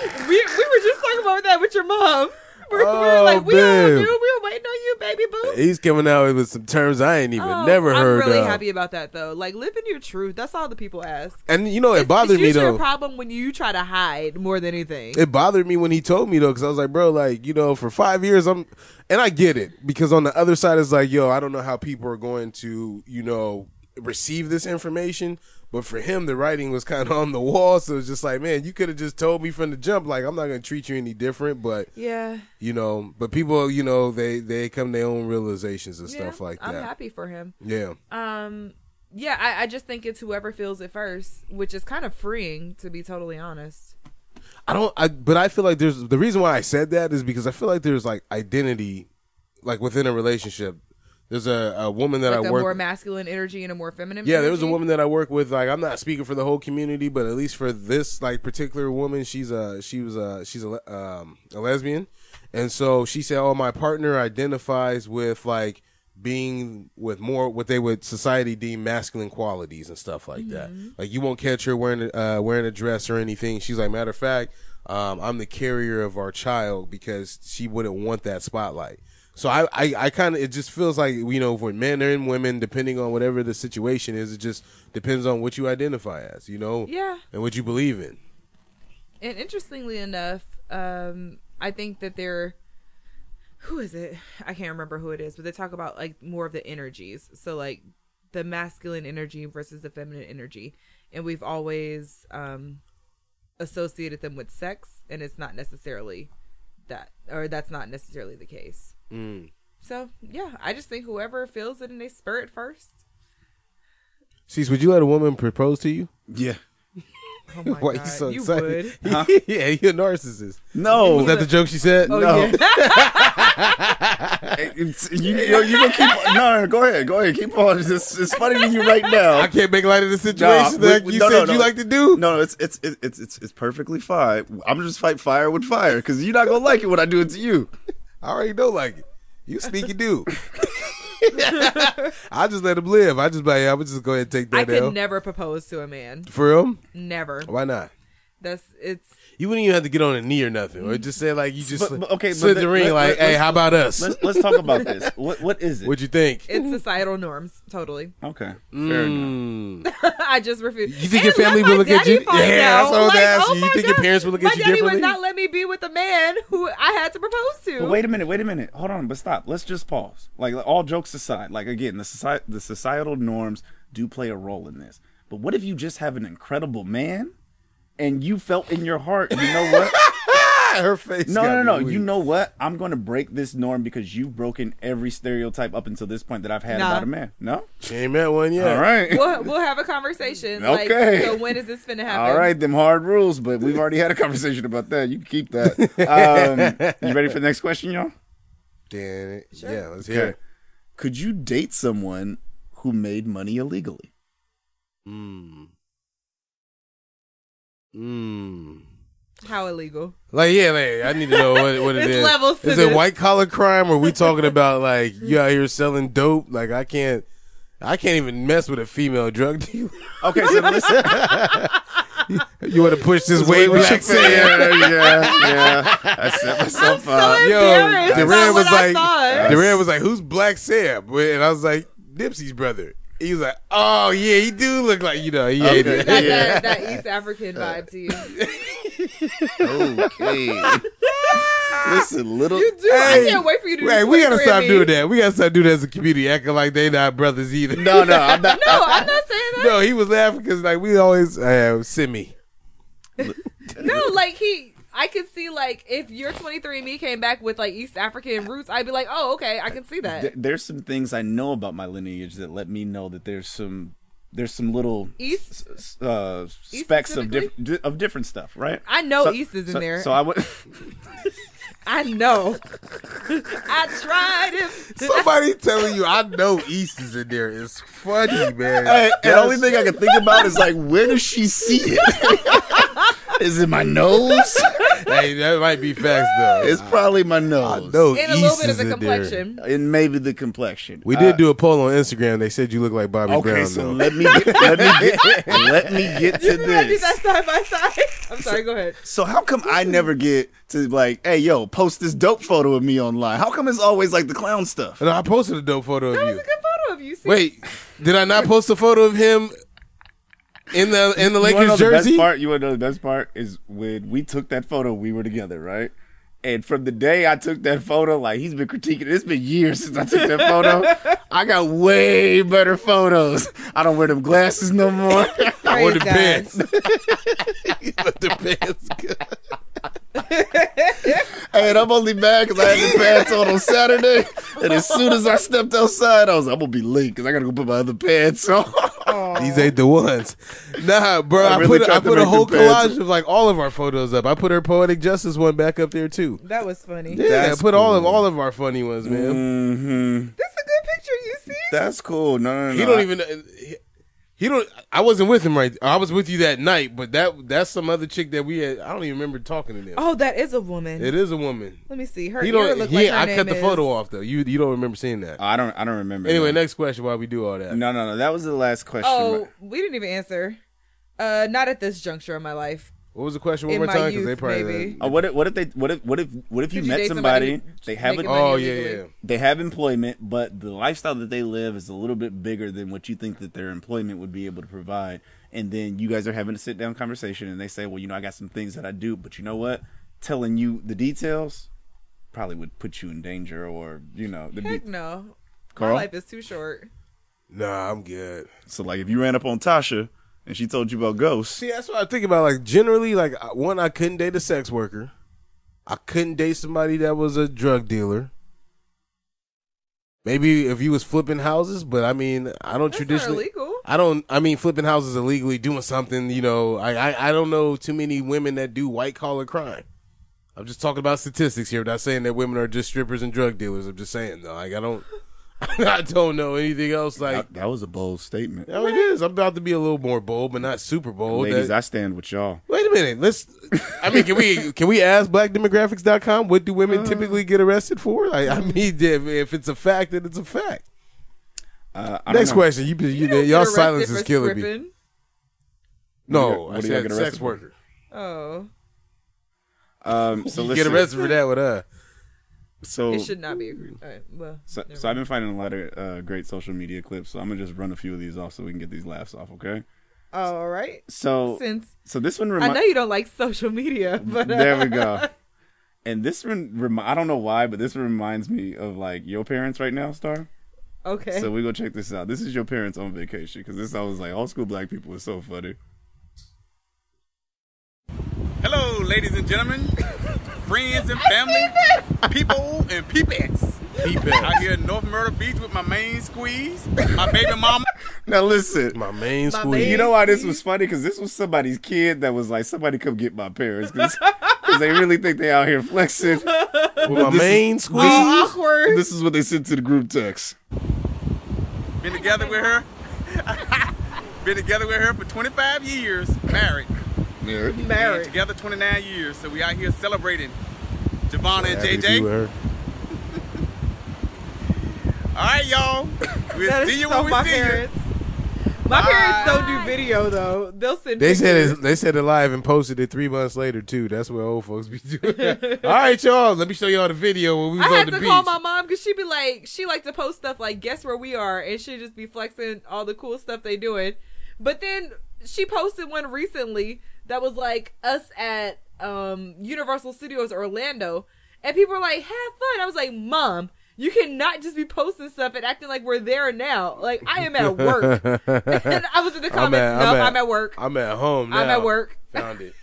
S4: We, we were just talking about that with your mom. We're, we're
S1: Oh,
S4: like, we all
S1: babe.
S4: knew. We were waiting on you, baby boo.
S1: He's coming out with some terms I ain't even
S4: Oh,
S1: never heard uh,
S4: I'm really
S1: of.
S4: happy about that though. Like living your truth. That's all the people ask.
S1: And you know, it bothered
S4: it's
S1: me
S4: usually
S1: though.
S4: A problem when you try to hide more than anything.
S1: it bothered me when he told me though, because I was like, bro, like you know, for five years, I'm, and I get it because on the other side it's like, yo, I don't know how people are going to, you know, receive this information. But for him, the writing was kind of on the wall, so it's just like, man, you could have just told me from the jump, like I'm not gonna treat you any different. But
S4: yeah.
S1: you know, but people, you know, they they come to their own realizations and stuff
S4: Yeah,
S1: like
S4: I'm
S1: that.
S4: happy for him.
S1: Yeah,
S4: Um. Yeah, I, I just think it's whoever feels it first, which is kind of freeing to be totally honest.
S1: I don't. I but I feel like there's the reason why I said that is because I feel like there's like identity, like within a relationship. There's a, a woman that
S4: Like
S1: I
S4: a
S1: work.
S4: more masculine energy and a more feminine.
S1: yeah, there was a
S4: energy.
S1: woman that I work with. Like, I'm not speaking for the whole community, but at least for this like particular woman, she's a she was a she's a le- um, a lesbian, and so she said, "Oh, my partner identifies with like being with more what they would society deem masculine qualities and stuff like that. Like, you won't catch her wearing a- uh, wearing a dress or anything. She's like, matter of fact, um, I'm the carrier of our child because she wouldn't want that spotlight." So I, I, I kind of it just feels like you know for men and women depending on whatever the situation is it just depends on what you identify as you know
S4: Yeah.
S1: and what you believe in
S4: And interestingly enough, um, I think that they're who is it? I can't remember who it is, but they talk about like more of the energies. So like the masculine energy versus the feminine energy, and we've always um, associated them with sex, and it's not necessarily that, or that's not necessarily the case.
S1: Mm.
S4: So yeah, I just think whoever feels it and they spur it first.
S1: Cease, would you let a woman propose to you
S5: Yeah.
S4: Oh my
S1: why
S4: god,
S1: you so
S4: you
S1: excited
S4: would.
S1: yeah you're a narcissist
S5: No.
S1: was that the joke she said
S4: Oh
S1: no
S4: yeah.
S5: It's- you, you, you gonna keep no, no, go ahead, go ahead, keep on. It's, it's funny to you right now.
S1: I can't make light of the
S5: Nah,
S1: situation
S5: we-
S1: that
S5: we-
S1: you
S5: no,
S1: said
S5: no,
S1: you
S5: no.
S1: like to do
S5: No, no, it's it's it's it's- it's it's perfectly fine. I'm just fight fire with fire because you're not gonna like it when I do it to you.
S1: I already don't like it you sneaky dude I just let him live I just be like yeah, I would just go ahead and take
S4: I
S1: that
S4: could
S1: down
S4: never propose to a man.
S1: for him
S4: Never.
S1: why not
S4: That's it's
S1: You wouldn't even have to get on a knee or nothing, or just say like you just
S5: But- but- okay,
S1: slid
S5: but
S1: the
S5: let-
S1: ring
S5: let-
S1: like,
S5: let-
S1: hey,
S5: let's-
S1: how about us?
S5: Let's let's talk about this. What what is it?
S1: What'd you think?
S4: it's societal norms. Totally.
S5: okay, fair enough.
S1: Mm.
S4: I just refuse.
S1: You think your family will look at you? Yeah, that's what I was asking. You think your parents will look at you
S4: oh My daddy
S1: differently?
S4: would not let me be with a man who I had to propose to.
S5: But wait a minute, wait a minute. Hold on, but stop. Let's just pause. Like all jokes aside, like again, the society, the societal norms do play a role in this. But what if you just have an incredible man, and you felt in your heart, you know what?
S1: Ah, her face.
S5: No,
S1: got
S5: no,
S1: me
S5: no.
S1: weak.
S5: You know what? I'm going to break this norm because you've broken every stereotype up until this point that I've had
S4: Nah.
S5: about a man. No?
S1: she ain't met one yet.
S5: All right.
S4: We'll, we'll have a conversation.
S5: Okay.
S4: Like, so when is this finna happen?
S5: All right, them hard rules, but we've already had a conversation about that. You can keep that. Um, you ready for the next question, y'all?
S1: Damn it. Yeah, let's hear
S5: Okay.
S1: it.
S5: Could you date someone who made money illegally?
S1: Mm. Mm.
S4: How illegal?
S1: Like yeah, like, I need to know what, what it
S4: It's
S1: is.
S4: levels to
S1: is
S4: this.
S1: it white collar crime or we talking about like you out here selling dope? Like I can't, I can't even mess with a female drug dealer.
S5: Okay, so listen.
S1: You want to push this way black man?
S5: yeah, yeah, yeah. I set myself up.
S4: so- embarrassed about what I
S1: like,
S4: thought.
S1: Duran was like, "Who's Black Sam?" And I was like, "Nipsey's brother." He was like, "Oh yeah, he do look like you know." He ain't
S5: Okay.
S1: that.
S4: That,
S5: Yeah.
S4: that, that East African
S1: Uh,
S4: vibe to you.
S5: okay. listen, little.
S4: I
S1: Hey,
S4: can't wait for you to. do
S1: Hey, we gotta
S4: 23andMe.
S1: stop doing that. We gotta stop doing that as a community, acting like they not brothers either.
S5: No, no, I'm not.
S4: No, I'm not saying that.
S1: No, he was laughing because like we always uh, Simi.
S4: No, like he, I could see like if your 23 and Me came back with like East African roots, I'd be like, oh, okay, I can see
S5: Th-
S4: that.
S5: there's some things I know about my lineage that let me know that there's some there's some little
S4: East-
S5: s- s- uh,
S4: East
S5: specks of
S4: specifically?
S5: different di- of different stuff, right?
S4: I know
S5: So-
S4: East is in
S5: so-
S4: there.
S5: So I would.
S4: I know. I tried it.
S1: Somebody telling you I know East is in there is funny, man.
S5: the only thing I can think about is like, where does she see it? is it my nose?
S1: hey, that might be facts though.
S5: It's probably my
S1: I
S5: nose.
S1: know
S4: And a
S1: Oh, East
S4: little bit of
S1: is
S4: the
S1: in there.
S4: complexion.
S5: And maybe the complexion.
S1: We
S5: Uh,
S1: did do a poll on Instagram. They said you look like Bobby
S5: Okay,
S1: Brown.
S5: so
S1: though.
S5: let me get, let me get let me get to
S4: Did I do
S5: this.
S4: that side by side? I'm sorry. Go ahead.
S5: So how come I never get to like, hey yo, post this dope photo of me online? How come it's always like the clown stuff?
S1: And I posted a dope photo
S4: That
S1: of
S4: was a
S1: you.
S4: good photo of you. See?
S1: Wait, did I not post a photo of him in the in the
S5: you wanna know
S1: Lakers
S5: the best
S1: jersey?
S5: part? You want to know the best part is when we took that photo, we were together, right? And from the day I took that photo, like he's been critiquing. It's been years since I took that photo. I got way better photos. I don't wear them glasses no more.
S1: I wore the
S4: Praise
S1: pants.
S4: God.
S1: But the pants.
S5: and I'm only mad because I had the pants on on Saturday. And as soon as I stepped outside, I was like, I'm gonna be late because I gotta go put my other pants on.
S1: These ain't the ones. Nah, bro. I,
S5: I really
S1: put
S5: tried
S1: I
S5: to
S1: put a
S5: make
S1: whole
S5: them pants.
S1: collage of like all of our photos up. I put her poetic justice one back up there too.
S4: That was funny.
S1: Yeah,
S5: That's
S1: I put all of
S5: cool.
S1: all of our funny ones, man.
S5: mm-hmm.
S4: That's a good picture. You see?
S5: That's cool. No, no, no.
S1: He don't even. He, he don't. I wasn't with him right. I was with you that night, but that that's some other chick that we had. I don't even remember talking to them.
S4: Oh, that is a woman.
S1: It is a woman.
S4: Let me see. Her
S1: He
S4: ear
S1: don't.
S4: look
S1: He,
S4: like her
S1: I
S4: name
S1: cut the
S4: is-
S1: photo off though. You you don't remember seeing that.
S5: I don't. I don't remember.
S1: Anyway,
S5: that.
S1: next question. Why we do all that?
S5: No, no, no. That was the last question.
S4: Oh, we didn't even answer. Uh, not at this juncture of my life.
S1: What was the question? One
S4: In
S1: more
S4: my
S1: time, because
S4: youth,
S1: they probably.
S4: maybe.
S5: Uh, what if, what if they what if what if what if you,
S4: Did you
S5: met
S4: date
S5: somebody,
S4: somebody who
S5: they have a,
S4: making money?
S1: Oh yeah, yeah.
S4: Illegally.
S5: they have employment but the lifestyle that they live is a little bit bigger than what you think that their employment would be able to provide and then you guys are having a sit down conversation and they say well you know I got some things that I do but you know what telling you the details probably would put you in danger or you know it'd be,
S4: Heck no.
S5: Carl?
S4: My life is too short.
S1: Nah, I'm good.
S5: so like if you ran up on Tasha and she told you about ghosts
S1: See, that's what I think about. Like generally, like I- one, I couldn't date a sex worker. I couldn't date somebody that was a drug dealer. Maybe if you was flipping houses, but I mean, I don't
S4: That's not
S1: traditionally.
S4: illegal.
S1: I don't. I mean, flipping houses illegally, doing something. You know, I, I I don't know too many women that do white collar crime. I'm just talking about statistics here. I'm not saying that women are just strippers and drug dealers. I'm just saying though, like I don't, I don't know anything else. Like
S5: that, that was a bold statement
S1: Oh, it is. I'm about to be a little more bold, but not super bold.
S5: ladies
S1: That-
S5: I stand with y'all
S1: Wait a minute. Let's. I mean, can we can we ask blackdemographics.com what do
S5: Uh.
S1: women typically get arrested for? I, I mean, if, if it's a fact, then it's a fact.
S5: uh, I don't
S1: Next
S5: know.
S1: question. You, you,
S4: don't get
S1: y'all
S4: arrested
S1: silence is
S4: for
S1: killing me.
S4: stripping.
S1: No,
S5: What
S1: I
S5: do y'all
S1: said
S5: get arrested
S1: sex
S5: for?
S1: worker.
S4: Oh,
S5: um so
S1: You
S5: listen,
S1: get arrested for that with uh, her.
S5: so
S1: Oh.
S4: it should not be agreed. All right, well,
S5: So,
S4: never
S5: so
S4: mind.
S5: I've been finding a lot of uh, great social media clips. So I'm gonna just run a few of these off so we can get these laughs off. Okay.
S4: all right.
S5: So
S4: Since
S5: so this one
S4: I know
S5: reminds.
S4: you don't like social media, but uh,
S5: There we go. And this one, remi- I don't know why, but this reminds me of like your parents right now, Star.
S4: okay.
S5: So we go check this out. This is your parents on vacation because this I was like, old school black people is so funny.
S2: Hello, ladies and gentlemen, friends and family, people and peepettes. Peepettes. Out here in North Myrtle Beach with my main squeeze, my baby mama.
S5: Now listen.
S1: My main
S4: My
S1: school.
S4: main-
S5: You know why this was funny? Because this was somebody's kid that was like, "Somebody come get my parents," because they really think they out here flexing.
S1: my main school.
S4: Oh, awkward.
S5: This is what they sent to the group text.
S2: Been together with her. Been together with her for 25 years, married.
S5: Yeah.
S2: Married.
S4: married.
S2: together 29 years, so we out here celebrating. Javonna and
S1: Happy to be with
S2: JJ.
S1: her.
S2: All right, y'all. We'll
S4: That is
S2: see you
S4: so
S2: when we
S4: my
S2: see you.
S4: parents. My parents don't do
S6: Bye.
S4: video though. They'll send.
S1: They said
S4: pictures.
S1: it, they said it live and posted it three months later too. That's what old folks be doing. all right, y'all. Let me show y'all the video when we was
S4: I
S1: on
S4: had
S1: the
S4: to
S1: beach.
S4: call my mom because she'd be like, she like to post stuff like, guess where we are, and she'd just be flexing all the cool stuff they doing. But then she posted one recently that was like us at um, Universal Studios Orlando, and people were like, have fun. I was like, mom. You cannot just be posting stuff and acting like we're there now. Like I am at work. and I was in the comments.
S1: at-
S4: no,
S1: I'm
S4: I'm
S1: at-
S4: at, work.
S1: I'm at home.
S4: I'm
S1: now.
S4: at work.
S1: Found it.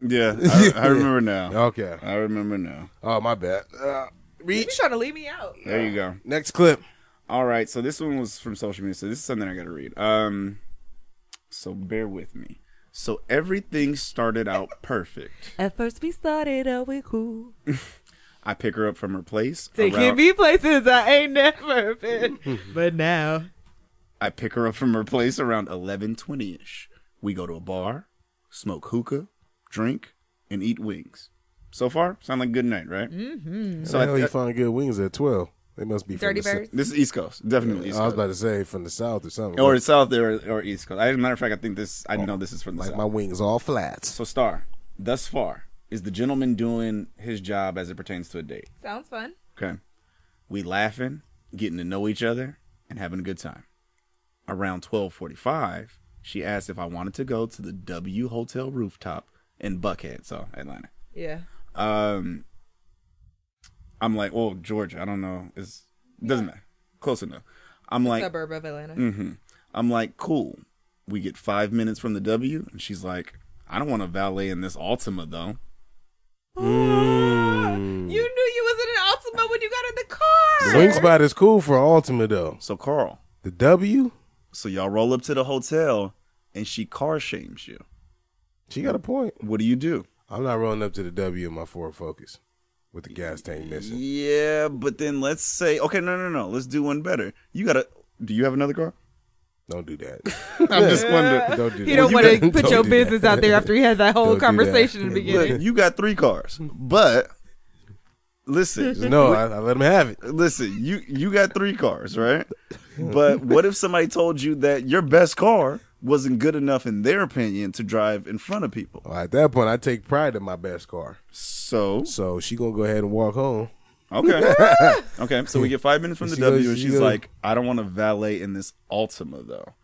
S5: Yeah, I, I remember now.
S1: Okay.
S5: I remember now.
S1: Oh, my bad. Uh,
S4: You
S1: reach.
S4: trying to leave me out?
S5: There you go.
S1: Next clip.
S5: All right, so this one was from social media, so this is something I got to read. Um, so bear with me. So everything started out perfect.
S4: At first we started out we cool.
S5: I pick her up from her place.
S4: Taking
S5: around-
S4: me places I ain't never been. but now.
S5: I pick her up from her place around eleven twenty ish. We go to a bar, smoke hookah, drink, and eat wings. So far, sound like a good night, right? Mm-hmm. So
S1: So
S5: I
S1: I you find good wings at twelve. They must be
S4: Dirty
S1: from the
S4: Birds.
S5: This is East Coast, definitely East
S1: I was
S5: Coast,
S1: about to say from the south or something.
S5: or south or, or East Coast. As a matter of fact, I think this. I know this is from the
S1: Oh, like
S5: south.
S1: my wings all flats.
S5: So, Star, thus far, is the gentleman doing his job as it pertains to a date?
S4: Sounds fun.
S5: Okay. We laughing, getting to know each other, and having a good time. Around 1245, she asked if I wanted to go to the W Hotel rooftop in Buckhead, so Atlanta.
S4: Yeah.
S5: Um, I'm like, well, Georgia, I don't know. It's, doesn't matter. Close enough. I'm like,
S4: Suburb of Atlanta.
S5: hmm I'm like, cool. We get five minutes from the W, and she's like, I don't want to valet in this Altima though.
S1: Mm.
S4: You knew you was in an Altima when you got in the car.
S1: The wing spot is cool for Ultima though.
S5: So Carl,
S1: The W,
S5: so y'all roll up to the hotel, and she car shames you.
S1: she got a point.
S5: What do you do?
S1: I'm not rolling up to the W in my Ford Focus with the gas tank missing.
S5: Yeah, but then let's say, okay, no, no, no, let's do one better. You gotta. Do you have another car?
S1: Don't do that.
S5: I'm just wondering.
S1: Don't do that.
S4: You don't want to
S1: Don't
S4: put
S1: do
S4: your
S1: that.
S4: business out there after you had that whole
S1: Don't do that.
S4: conversation in the
S5: Look,
S4: beginning.
S5: you got three cars, but listen,
S1: No, I, I let him have it.
S5: listen. You you got three cars, right? But what if somebody told you that your best car wasn't good enough in their opinion to drive in front of people?
S1: Well, at that point, I take pride in my best car.
S5: So
S1: So she gonna go ahead and walk home.
S5: okay, okay. So we get five minutes from the
S1: She
S5: W,
S1: goes-
S5: and
S1: she
S5: she's
S1: goes-
S5: like, "I don't want to valet in this Altima, though."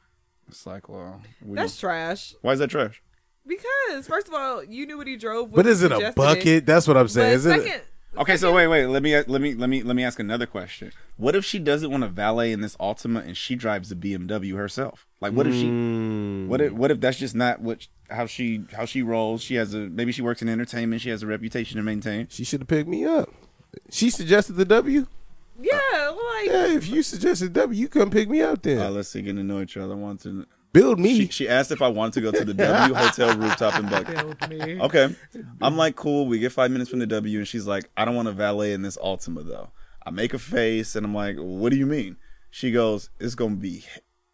S5: It's like, well, we,
S4: That's trash.
S5: why is that trash?
S4: Because first of all, you knew what he drove.
S1: But is it a bucket? That's what I'm
S4: But
S1: saying. Is
S4: second,
S1: it?
S5: Okay, so wait, wait. Let me let me let me let me ask another question. What if she doesn't want to valet in this Altima and she drives a BMW herself? Like, what if
S1: Mm.
S5: she? What if what if that's just not what how she how she rolls? She has a maybe she works in entertainment. She has a reputation to maintain.
S1: She should have picked me up. She suggested the W.
S4: yeah, like
S1: Yeah, if you suggested W, you come pick me up then.
S5: Uh, let's see, getting to know each other. I want to.
S1: Build me.
S5: She, she asked if I wanted to go to the W Hotel rooftop in Buck.
S1: Oh,
S4: me.
S5: Okay, I'm like, cool. We get five minutes from the W, and she's like, I don't want to valet in this Altima though. I make a face, and I'm like, what do you mean? She goes, it's gonna be,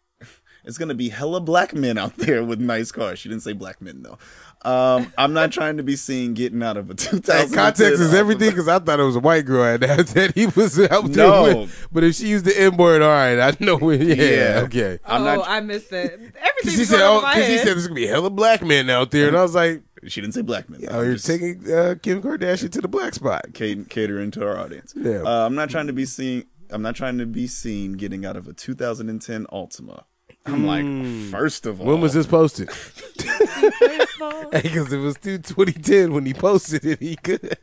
S5: it's gonna be hella black men out there with nice cars. She didn't say black men though. Um, I'm not trying to be seen getting out of a 2000.
S1: That context is everything because I thought it was a white girl at that that he was out there
S5: No.
S1: with. But if she used the N word, all right, I know. When, yeah,
S5: Yeah.
S1: okay.
S4: Oh,
S5: I'm not.
S4: I missed it. Everything
S1: Because
S4: was
S1: he said,
S4: going over
S1: "Oh,
S4: my
S1: because he
S4: head.
S1: said there's gonna be hella black men out there," and I was like,
S5: she didn't say black men.
S1: "Oh, you're
S5: Just-
S1: taking uh, Kim Kardashian to the black spot."
S5: cat- catering to our audience.
S1: Yeah.
S5: Uh, I'm not trying to be seen. I'm not trying to be seen getting out of a 2010 Altima. I'm like, first of all,
S1: Hmm. When was this posted?
S4: Baseball.
S1: Because it was through 2010 when he posted it. He could.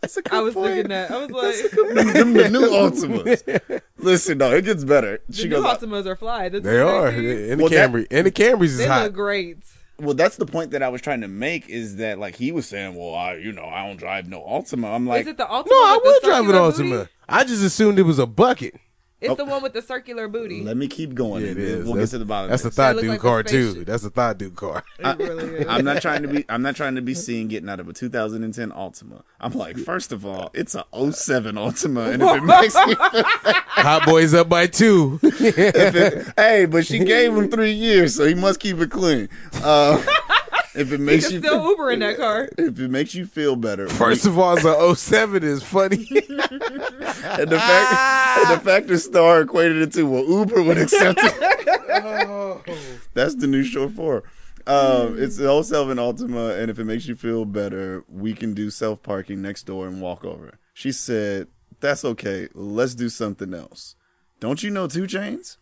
S1: That's a good
S4: I was looking at. I was like,
S5: Them the new Altimas. Listen, no, it gets better.
S4: the
S5: She
S4: new
S5: goes,
S4: Altimas are fly. That's
S1: They are
S4: crazy.
S1: and the
S5: Well, that-
S1: Camry, and the Camrys is
S4: They
S1: hot.
S4: look great.
S5: well, that's the point that I was trying to make is that like he was saying, well, I, you know, I don't drive no Altima. I'm like,
S4: is it the Altima?
S1: No, I will
S4: with the
S1: drive an
S4: circular booty?
S1: Altima. I just assumed it was a bucket.
S4: It's the one with the circular booty.
S5: let me keep going.
S1: Yeah, it
S5: and then
S1: is.
S5: We'll
S1: That's-
S5: get to the bottom.
S1: That's
S5: of
S1: a
S5: this.
S1: thought
S4: look
S1: dude
S4: like a
S1: car too.
S4: spaceship.
S1: That's a thought dude car.
S4: it really is.
S5: I'm not trying to be. I'm not trying to be seen getting out of a 2010 Altima. I'm like, first of all, it's a 07 Altima, and if it makes me
S1: Hot boys up by two.
S5: if it, hey, but she gave him three years, so he must keep it clean. Uh, if it
S4: You
S5: makes
S4: can
S5: you
S4: still Uber in that car.
S5: if it makes you feel better,
S1: First of all, the 07 is funny.
S5: and the fact and the factor star equated it to well, Uber would accept it. That's the new short for. Um, it's the 07 Altima, and if it makes you feel better, we can do self parking next door and walk over. She said, "That's okay. Let's do something else." Don't you know Two Chains?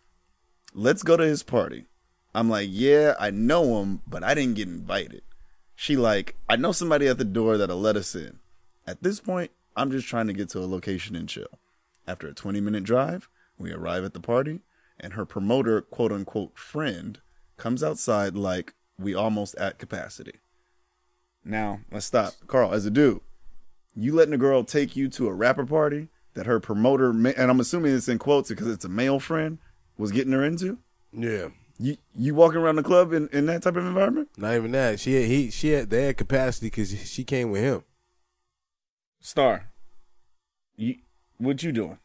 S5: Let's go to his party. I'm like, yeah, I know him, but I didn't get invited. She like, I know somebody at the door that'll let us in. At this point, I'm just trying to get to a location and chill. After a 20 minute drive, we arrive at the party, and her promoter, quote unquote, friend, comes outside like we almost at capacity. Now, let's stop. Carl, as a dude, you letting a girl take you to a rapper party that her promoter, ma- and I'm assuming it's in quotes because it's a male friend, was getting her into?
S1: yeah.
S5: You you walking around the club in, in that type of environment?
S1: Not even that. She had, he she had they had capacity because she came with him.
S5: Star, you what you doing?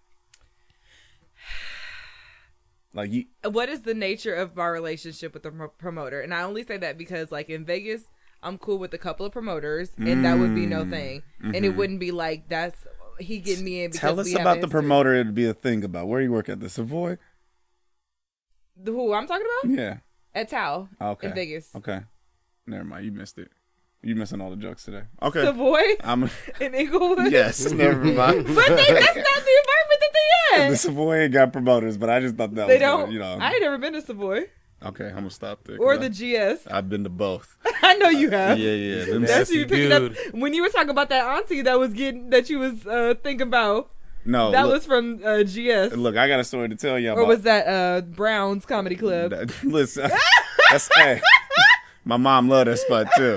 S5: Like you
S4: what is the nature of my relationship with the pro- promoter? And I only say that because, like in Vegas,
S5: Mm.
S4: I'm cool with a couple of promoters, and that would be no thing, and it wouldn't be like that's.
S6: he getting me in. Because
S5: Mm-hmm. Tell us
S6: we have
S5: about the
S6: Instagram.
S5: promoter. It'd be a thing about where you work at the Savoy.
S6: The- Who I'm talking about?
S5: Yeah.
S6: At Tao
S5: Mm-hmm. Okay.
S6: in Vegas.
S5: Okay. Never mind. You missed it. You missing all the jokes today. Okay.
S6: Savoy
S5: I'm.
S6: in Inglewood.
S5: yes. Never mind.
S6: But they, that's not the apartment that they
S5: the
S6: had.
S5: Savoy ain't got promoters, but I just thought that
S6: They
S5: was
S6: don't.
S5: you know.
S6: I ain't never been to Savoy
S5: okay, I'm gonna stop there.
S6: or
S5: 'cause
S6: the
S5: I-
S6: GS.
S5: I've been to both.
S6: I know you
S5: Yeah,
S6: have.
S5: yeah. them-
S1: Nasty
S6: That's you picking up when you were talking about that auntie that was getting that you was uh, thinking about.
S5: no,
S6: That
S5: look,
S6: was from uh, GS,
S5: look. I got a story to tell y'all.
S6: or
S5: about
S6: was that uh, Brown's Comedy Club?
S5: That- listen, that's hey, my mom loved that spot too.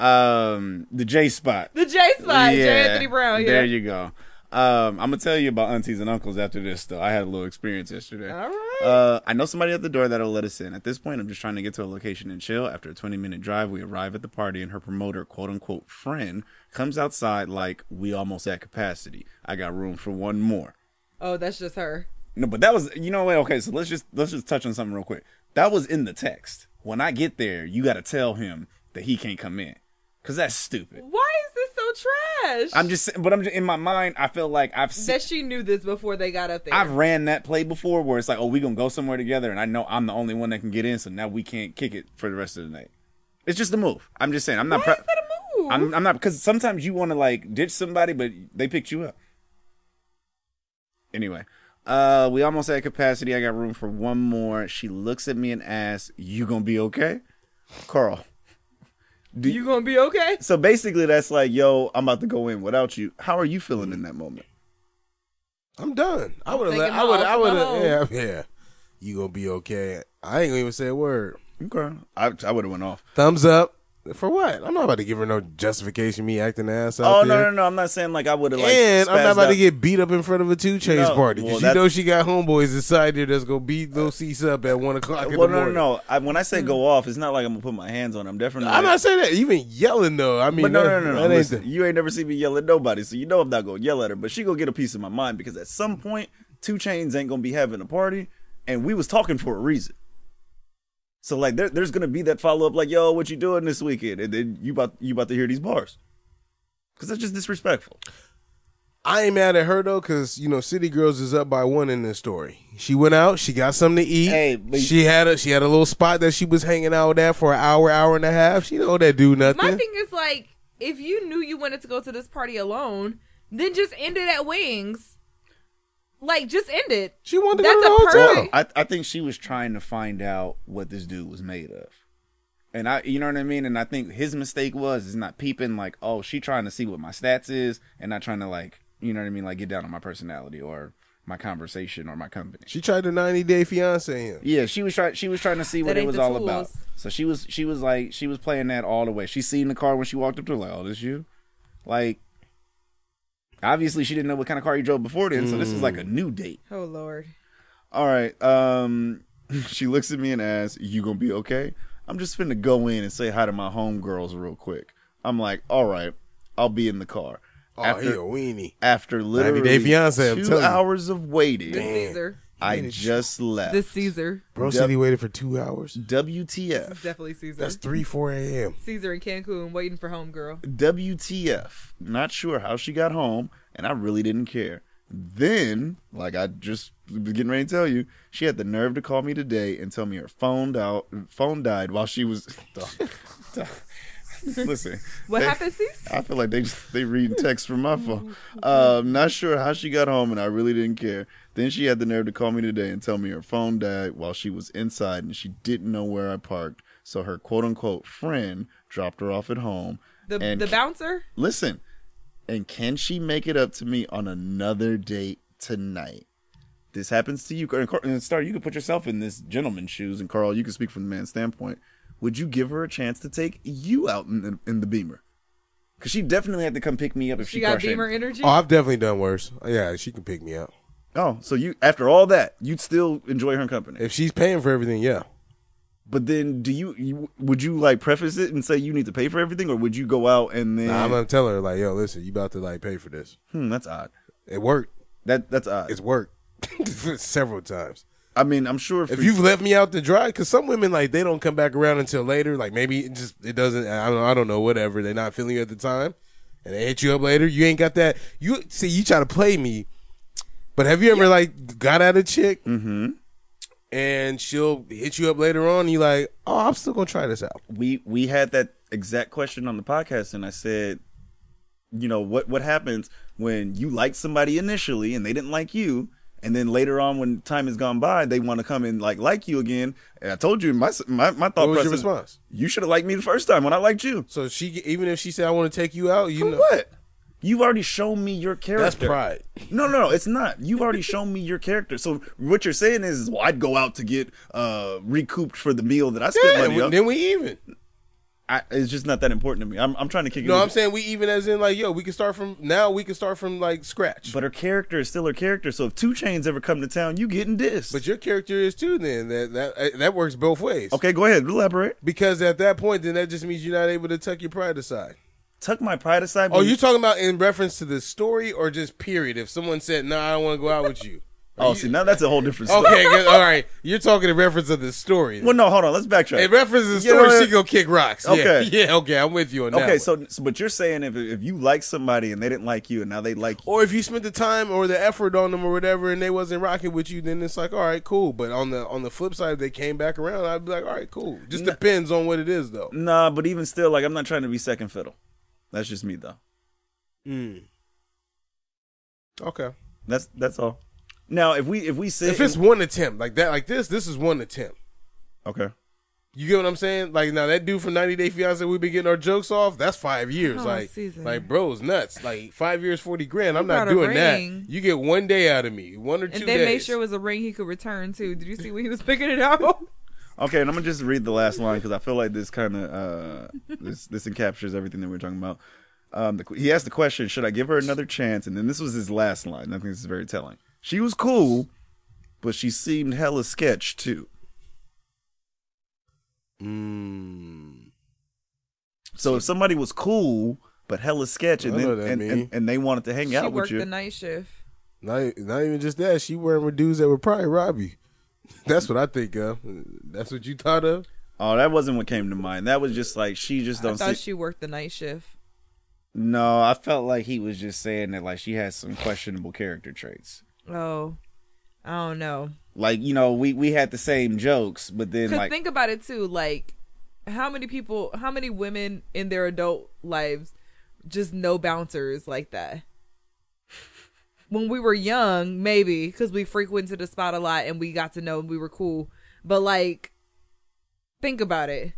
S5: Um, the J spot.
S6: The J slide, J Anthony Brown. Yeah.
S5: There you go. Um, I'm gonna tell you about aunties and uncles after this. Though I had a little experience yesterday.
S6: All right.
S5: Uh, I know somebody at the door that'll let us in. At this point, I'm just trying to get to a location and chill. After a 20 minute drive, we arrive at the party, and her promoter, quote unquote, friend, comes outside like we almost at capacity. I got room for one more.
S6: oh, that's just her.
S5: No, but that was you know what? Okay, so let's just let's just touch on something real quick. That was in the text. When I get there, you got to tell him that he can't come in, cause that's stupid.
S6: Why is this so trash?
S5: I'm just, saying- but I'm just, in my mind. I feel like I've seen,
S6: that she knew this before they got up there.
S5: I've ran that play before where it's like, oh, we gonna go somewhere together, and I know I'm the only one that can get in, so now we can't kick it for the rest of the night. It's just a move. I'm just saying. I'm not.
S6: Why
S5: Pre-
S6: is that a move?
S5: I'm, I'm not because sometimes you want to like ditch somebody, but they picked you up. Anyway, uh, we almost had capacity. I got room for one more. She looks at me and asks, "You gonna be okay, Carl?" Do
S6: you gonna be okay?
S5: So basically, that's like, "Yo, I'm about to go in without you." How are you feeling in that moment?
S1: I'm done. I would have
S6: taking
S1: let. I
S6: my
S1: would. I would.
S6: ultimate
S1: Yeah, yeah. You gonna be okay. I ain't gonna even say a word.
S5: Okay, I I would have went off.
S1: Thumbs up for what? I'm not about to give her no justification. Me acting ass out
S5: Oh
S1: there.
S5: no no no! I'm not saying like I would have like.
S1: and I'm
S5: spazzed
S1: not about to
S5: out.
S1: get beat up in front of a two chains
S5: No,
S1: party
S5: well,
S1: because you
S5: that's- Uh,
S1: know she got homeboys inside there that's gonna beat those seats up at one o'clock in
S5: Well,
S1: the
S5: no, no,
S1: morning.
S5: no. I, when I say go off, it's not like I'm gonna put my hands on. her. I'm definitely.
S1: Hmm. I'm
S5: like-
S1: not saying that. Even yelling though. I mean,
S5: But no,
S1: that-
S5: no, no, no.
S1: that ain't
S5: Listen,
S1: the-
S5: you ain't never seen me yell at nobody, so you know I'm not gonna yell at her. But she gonna get a piece of my mind because at some point, Two Chains ain't gonna be having a party, and we was talking for a reason. So like, there, there's gonna be that follow up, like, yo, what you doing this weekend? And then you about you about to hear these bars, because that's just disrespectful.
S1: I ain't mad at her though, cause you know City Girls is up by one in this story. She went out, she got something to eat.
S5: Hey, but-
S1: she had a she had a little spot that she was hanging out at for an hour, hour and a half. She know that do nothing.
S6: My thing is like, if you knew you wanted to go to this party alone, then just end it at Wings. Like, just end it.
S1: she wanted to
S6: That's
S1: go to
S6: a
S1: the hotel.
S6: perfect-
S5: I, I think she was trying to find out what this dude was made of. And I you know what I mean? And I think his mistake was is not peeping like, oh, she trying to see what my stats is and not trying to like you know what I mean, like get down on my personality or my conversation or my company.
S1: She tried the ninety day fiance him.
S5: Yeah, she was trying she was trying to see what
S6: That
S5: it
S6: ain't
S5: was
S6: the
S5: all about.
S6: tools.
S5: So she was she was like she was playing that all the way. She seen the car when she walked up to her, like, oh, this you? Like obviously she didn't know what kind of car you drove before then, so this is like a new date.
S6: Oh Lord.
S5: All right. Um, she looks at me and asks, "You gonna be okay?" I'm just finna go in and say hi to my homegirls real quick. I'm like, "All right, I'll be in the car."
S1: Oh, he a
S5: after
S1: weenie.
S5: after literally
S1: Day fiancé, I'm
S5: two
S1: telling you.
S5: hours of waiting,
S6: This Caesar.
S5: I
S1: Minutes.
S5: just left.
S6: This Caesar.
S1: Bro
S5: Yep. Mm.
S1: said he waited for two hours.
S6: This is
S5: WTF?
S6: definitely Caesar.
S1: That's three four a.m.
S6: Caesar in Cancun waiting for homegirl.
S5: WTF? Not sure how she got home, and I really didn't care. Then, like I just was getting ready to tell you, she had the nerve to call me today and tell me her phone out phone died while she was. Listen,
S6: What
S5: they-
S6: happened, Caesar?
S5: I feel like they they reading texts from my phone. Um, not sure how she got home, and I really didn't care. Then she had the nerve to call me today and tell me her phone died while she was inside, and she didn't know where I parked. So her quote unquote friend dropped her off at home.
S6: The
S5: and
S6: the bouncer?
S5: listen, and can she make it up to me on another date tonight? This happens to you, and Carl- and Star. You can put yourself in this gentleman's shoes, and Carl, you can speak from the man's standpoint. Would you give her a chance to take you out in the, in the Beamer? Because she definitely had to come pick me up if she,
S6: She got
S5: car-shamed.
S6: Beamer energy.
S1: Oh, I've definitely done worse. Yeah, she can pick me up
S5: Oh, so you after all that, you'd still enjoy her company.
S1: if she's paying for everything. Yeah.
S5: But then, do you, you would you like preface it and say you need to pay for everything, or would you go out and then?
S1: Nah, I'm gonna tell her like, yo, listen, you about to like pay for this.
S5: hmm, that's odd.
S1: It worked.
S5: That that's odd.
S1: It's worked several times.
S5: I mean, I'm sure for
S1: If you've left me out to dry, because some women like they don't come back around until later. Like maybe it just it doesn't. I don't, I don't know. Whatever. They're not feeling you at the time, and they hit you up later. You ain't got that. You see, you try to play me, but have you ever like got at a chick and she'll hit you up later on? And you like, oh, I'm still gonna try this out.
S5: we we had that exact question on the podcast and I said you know what what happens when you like somebody initially and they didn't like you and then later on when time has gone by they want to come and like like you again and I told you my s- my, my thought
S1: What was your
S5: process-
S1: response?
S5: you should have liked me the first time when I liked you
S1: So she, even if she said, I want to take you out, you know,
S5: what You've already shown me your character.
S1: that's pride.
S5: No, no, no, it's not. You've already shown me your character. So what you're saying is, well, I'd go out to get uh recouped for the meal that I spent
S1: Yeah,
S5: money
S1: we-
S5: on.
S1: then we even.
S5: I, it's just not that important to me. I'm, I'm trying to kick
S1: No,
S5: it.
S1: I'm saying we even as in like, yo, we can start from now. We can start from like scratch. But,
S5: But her character is still her character. So if Two Chains ever come to town, you getting dissed.
S1: your character is too. Then that that uh, that works both ways.
S5: okay, go ahead, elaborate.
S1: Because at that point, then that just means you're not able to tuck your pride aside.
S5: Tuck my pride aside.
S1: Oh,
S5: but-
S1: you talking about in reference to the story or just period? If someone said, "Nah, I don't want to go out with you."
S5: Oh, see, now that's a whole different story.
S1: Okay, good, all right. You're talking in reference of the story.
S5: Well, no, hold on. Let's backtrack.
S1: in reference to the
S5: You know
S1: story,
S5: what?
S1: she gonna kick rocks.
S5: Okay.
S1: Yeah, yeah. Okay, I'm with you on that.
S5: okay,
S1: one.
S5: so, so but you're saying if if you like somebody and they didn't like you and now they like you,
S1: or if you spent the time or the effort on them or whatever, and they wasn't rocking with you, then it's like, all right, cool. But on the on the flip side, if they came back around, I'd be like, all right, cool. Just depends on what it is, though.
S5: nah. But even still, like I'm not trying to be second fiddle. That's just me though.
S1: Okay.
S5: That's that's all. Now if we if we sit
S1: If it's
S5: and-
S1: one attempt like that, like this, this is one attempt.
S5: okay,
S1: You get what I'm saying? Like now that dude from 90 Day Fiance we've been getting our jokes off, that's five years.
S4: Oh,
S1: like
S4: Caesar.
S1: like bro's nuts. Like five years, forty grand. I'm
S4: You
S1: not
S4: brought a
S1: doing that.
S4: ring.
S1: You get one day out of me. One or two
S4: And they
S1: days.
S4: made sure it was a ring he could return to. Did you see when he was picking it out?
S5: Okay, and I'm gonna just read the last line because I feel like this kind of uh, this this captures everything that we're talking about. Um, the, he asked the question, "Should I give her another chance?" And then this was his last line. I think this is very telling. She was cool, but she seemed hella sketch too.
S1: Mm.
S5: So if somebody was cool but hella sketch, and
S1: I know
S5: then
S1: what that
S5: and, and,
S1: mean.
S5: and they wanted to hang
S4: she
S5: out
S4: worked
S5: with you,
S4: the night shift.
S1: Not e, not even just that. She wearing with dudes that would probably rob you. That's what I think of. That's what you thought of.
S5: oh, that wasn't what came to mind. That was just like she just
S4: I
S5: don't see.
S4: thought she worked the night shift.
S5: no, I felt like he was just saying that like she has some questionable character traits.
S4: Oh, I don't know.
S5: Like you know, we we had the same jokes, but then
S4: Because
S5: like
S4: think about it too. Like, how many people, how many women in their adult lives just know bouncers like that? When we were young, maybe because we frequented the spot a lot and we got to know and we were cool. But like, think about it.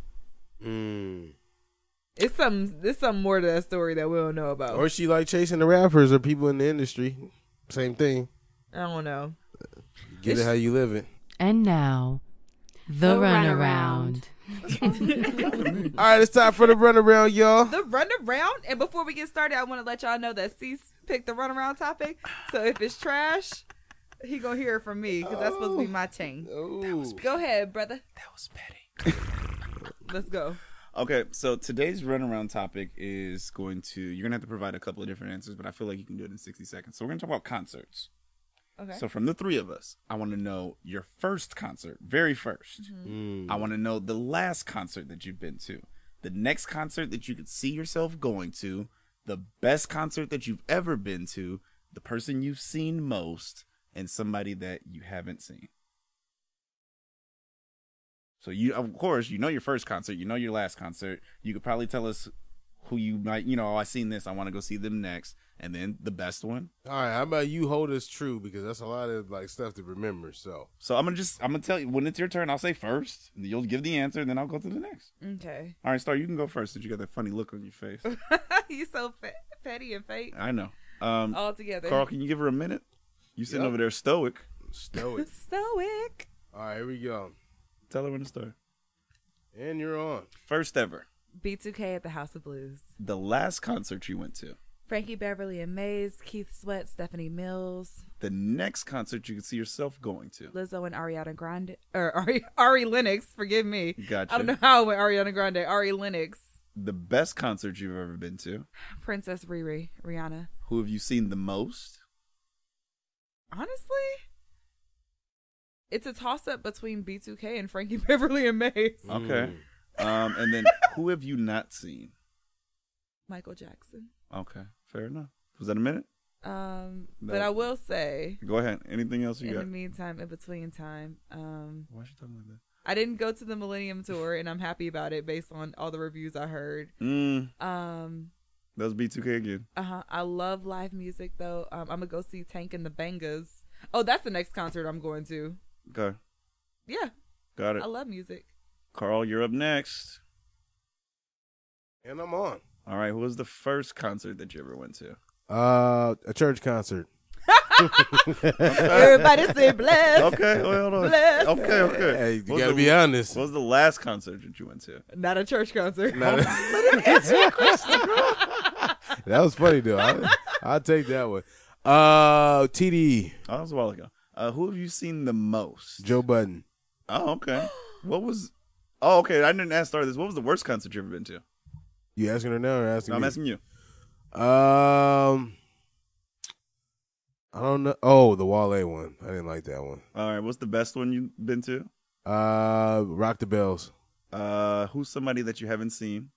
S4: It's some. It's something more to that story that we don't know about.
S1: Or she like chasing the rappers or people in the industry. Same thing.
S4: I don't know.
S1: Get it how you live it.
S7: And now, the, runaround.
S1: All right, it's time for the runaround, y'all.
S4: the runaround. And before we get started, I want to let y'all know that Cease picked the runaround topic. So if it's trash, he gonna hear it from me because that's supposed to be my thing.
S1: Ooh.
S4: Go ahead, brother. That was petty. Let's go.
S5: Okay, so today's runaround topic is going to you're gonna have to provide a couple of different answers, but I feel like you can do it in sixty seconds. So we're gonna talk about concerts.
S4: Okay.
S5: So from the three of us, I want to know your first concert, very 1st I want to know the last concert that you've been to, the next concert that you could see yourself going to, the best concert that you've ever been to, the person you've seen most, and somebody that you haven't seen. So you, of course, you know your first concert, you know your last concert. You could probably tell us who you might, you know, oh, I seen this, I want to go see them next, and then the best one.
S1: All right, how about you hold us true because that's a lot of like stuff to remember. So
S5: So I'm gonna just, I'm gonna tell you when it's your turn. I'll say first, and you'll give the answer, and then I'll go to the next.
S4: Okay.
S5: All right, Star, you can go first since you got that funny look on your face.
S4: you so fa- petty and fake
S5: I know. Um,
S4: all together.
S5: Carl, can you give her a minute? You sitting
S1: Yep.
S5: over there stoic.
S1: stoic.
S4: Stoic.
S1: All right, here we go.
S5: Tell her when to start.
S1: And you're on.
S5: First ever,
S4: B2K at the House of Blues.
S5: the last concert you went to,
S4: Frankie Beverly and Mays, Keith Sweat, Stephanie Mills,
S5: the next concert you could see yourself going to.
S4: Lizzo and Ariana Grande, or Ari, Ari Lennox, forgive me.
S5: Gotcha.
S4: I don't know how it went Ariana Grande, Ari Lennox,
S5: The best concert you've ever been to.
S4: Princess Riri, Rihanna.
S5: Who have you seen the most?
S4: Honestly, it's a toss up between B2K and Frankie Beverly and Maze.
S5: Okay. Um, and then who have you not seen?
S4: Michael Jackson.
S5: Okay, fair enough. Was that a minute?
S4: Um,
S5: No.
S4: but I will say,
S5: Go ahead. Anything else you
S4: in the
S5: got?
S4: meantime, in between time, um,
S5: Why is she talking like that?
S4: I didn't go to the Millennium Tour, and I'm happy about it based on all the reviews I heard.
S5: Mm,
S4: Um,
S5: that was B2K again.
S4: uh-huh. I love live music though. Um, I'm gonna go see Tank and the Bangas. Oh, that's the next concert I'm going to.
S5: Okay,
S4: Yeah,
S5: got it.
S4: I love music.
S5: Carl, you're up next.
S1: And I'm on.
S5: All right, who was the first concert that you ever went to?
S1: Uh, a church concert.
S4: Everybody say bless.
S5: Okay, wait, hold on.
S4: Bless.
S5: Okay, okay.
S1: Hey, you
S5: What was
S1: gotta
S5: the-
S1: be honest.
S5: What was the last concert that you went to?
S4: Not a church concert.
S1: Nah, that was funny though. I, I'll take that one. Uh, TD
S5: Oh, that was a while ago. Uh, who have you seen the most?
S1: Joe Budden.
S5: Oh, okay. What was? Oh, okay. I didn't ask start this. What was the worst concert you ever been to?
S1: You asking her now or asking
S5: No, I'm
S1: me?
S5: asking you.
S1: Um, I don't know. Oh, the Wale one. I didn't like that one.
S5: All right. What's the best one you've been to?
S1: Uh, Rock the Bells.
S5: Uh, who's somebody that you haven't seen?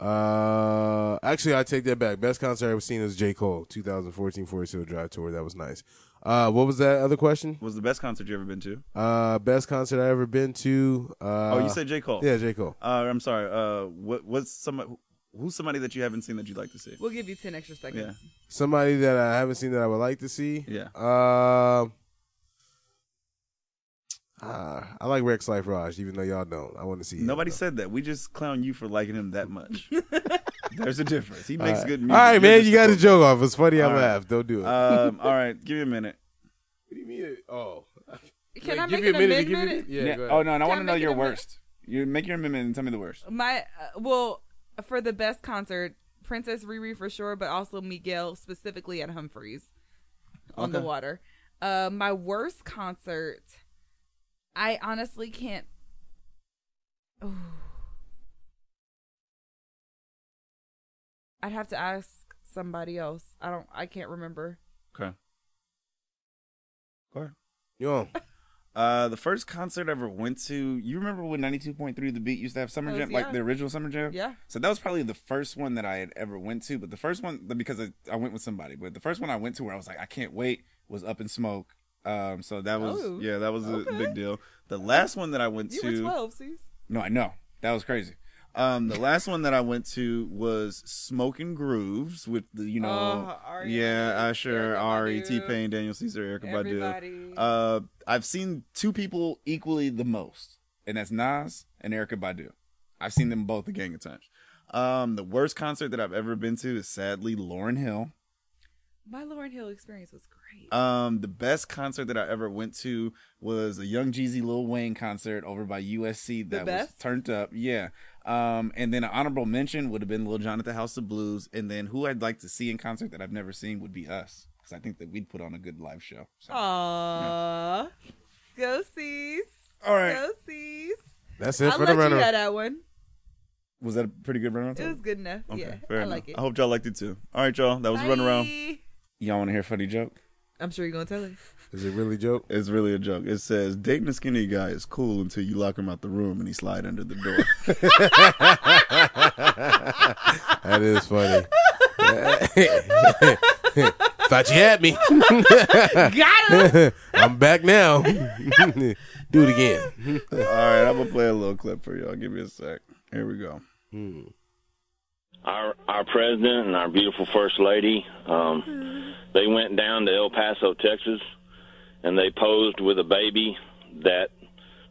S1: Uh, actually, I take that back. Best concert I've ever seen was J. Cole, 2014 Forest Hill Drive tour. That was nice. Uh, what was that other question?
S5: What was the best concert you ever been to?
S1: Uh, best concert I ever been to. Uh,
S5: oh, you said J Cole.
S1: yeah, J. Cole.
S5: Uh, I'm sorry. Uh, what what's somebody? Who's somebody that you haven't seen that you'd like to see?
S4: We'll give you ten extra seconds.
S5: Yeah.
S1: Somebody that I haven't seen that I would like to see.
S5: Yeah.
S1: Um. Uh, I like Rex Life Raj, even though y'all don't. I want to see him,
S5: Nobody
S1: though.
S5: said that. We just clown you for liking him that much. There's a difference. He makes
S1: All right.
S5: good music.
S1: All right, man, you got to
S5: to
S1: joke off. It's funny.
S5: All
S1: I
S5: right.
S1: laugh. Don't do it.
S5: Um, all right, give me a minute.
S1: what do you mean? Oh,
S6: Can I make an amendment?
S1: Yeah.
S5: Na- oh no, and I
S6: Can
S5: want
S6: I
S5: to know
S6: make
S5: your
S6: an amendment?
S5: worst. You make your amendment and tell me the worst.
S4: My uh, well, for the best concert, Princess Riri for sure, but also Miguel specifically at Humphreys on the
S5: Okay.
S4: water. Uh, my worst concert, I honestly can't. Ooh. I'd have to ask somebody else. I don't. I can't remember.
S5: Okay. Go ahead.
S1: You on?
S5: Uh, the first concert I ever went to, you remember when 92.3 The Beat used to have Summer
S4: Those-
S5: Jam, like
S4: yeah.
S5: the original Summer Jam?
S4: Yeah.
S5: So that was probably the first one that I had ever went to, but the first one, because I, I went with somebody, but the first one I went to where I was like, I can't wait, was Up in Smoke. Um, so that was,
S4: Oh,
S5: yeah, that was a
S4: okay.
S5: big deal. The last one that I went
S4: You
S5: to.
S4: were twelve, C's.
S5: No, I know. That was crazy. Um, the last one that I went to was Smoking Grooves with the you know
S4: Oh, Ari
S5: yeah
S4: Emanuel,
S5: Usher,
S4: Erykah
S5: Ari,
S4: Badu.
S5: T Pain, Daniel Caesar, Erica
S4: Everybody.
S5: Badu. Uh, I've seen two people equally the most, and that's Nas and Erica Badu. I've seen them both a gang of times. Um, the worst concert that I've ever been to is sadly Lauren Hill.
S4: My Lauren Hill experience was great.
S5: Um, the best concert that I ever went to was a Young Jeezy Lil Wayne concert over by USC that was
S4: best?
S5: turned up. Yeah. Um, and then an honorable mention would have been Lil Jon at the House of Blues. And then who I'd like to see in concert that I've never seen would be us. Because I think that we'd put on a good live show. So.
S4: Aww. Go C's.
S5: All right.
S4: Go C's.
S1: That's it
S4: I'll
S1: for
S4: let
S1: the
S4: you
S1: runner.
S4: have that one.
S5: Was that a pretty good runaround?
S4: It was good enough. yeah, I like it.
S5: I hope y'all liked it too. All right, y'all. That was
S4: Bye.
S5: run around. Y'all want to hear a funny joke?
S4: I'm sure you're gonna tell it.
S1: Is it really a joke?
S5: It's really a joke. It says dating a skinny guy is cool until you lock him out the room and he slide under the door.
S1: That is funny. Thought you had me.
S4: Got him.
S1: I'm back now. Do it again.
S5: All right, I'm gonna play a little clip for y'all. Give me a sec. Here we go.
S8: our our president and our beautiful first lady um, they went down to El Paso, Texas, and they posed with a baby that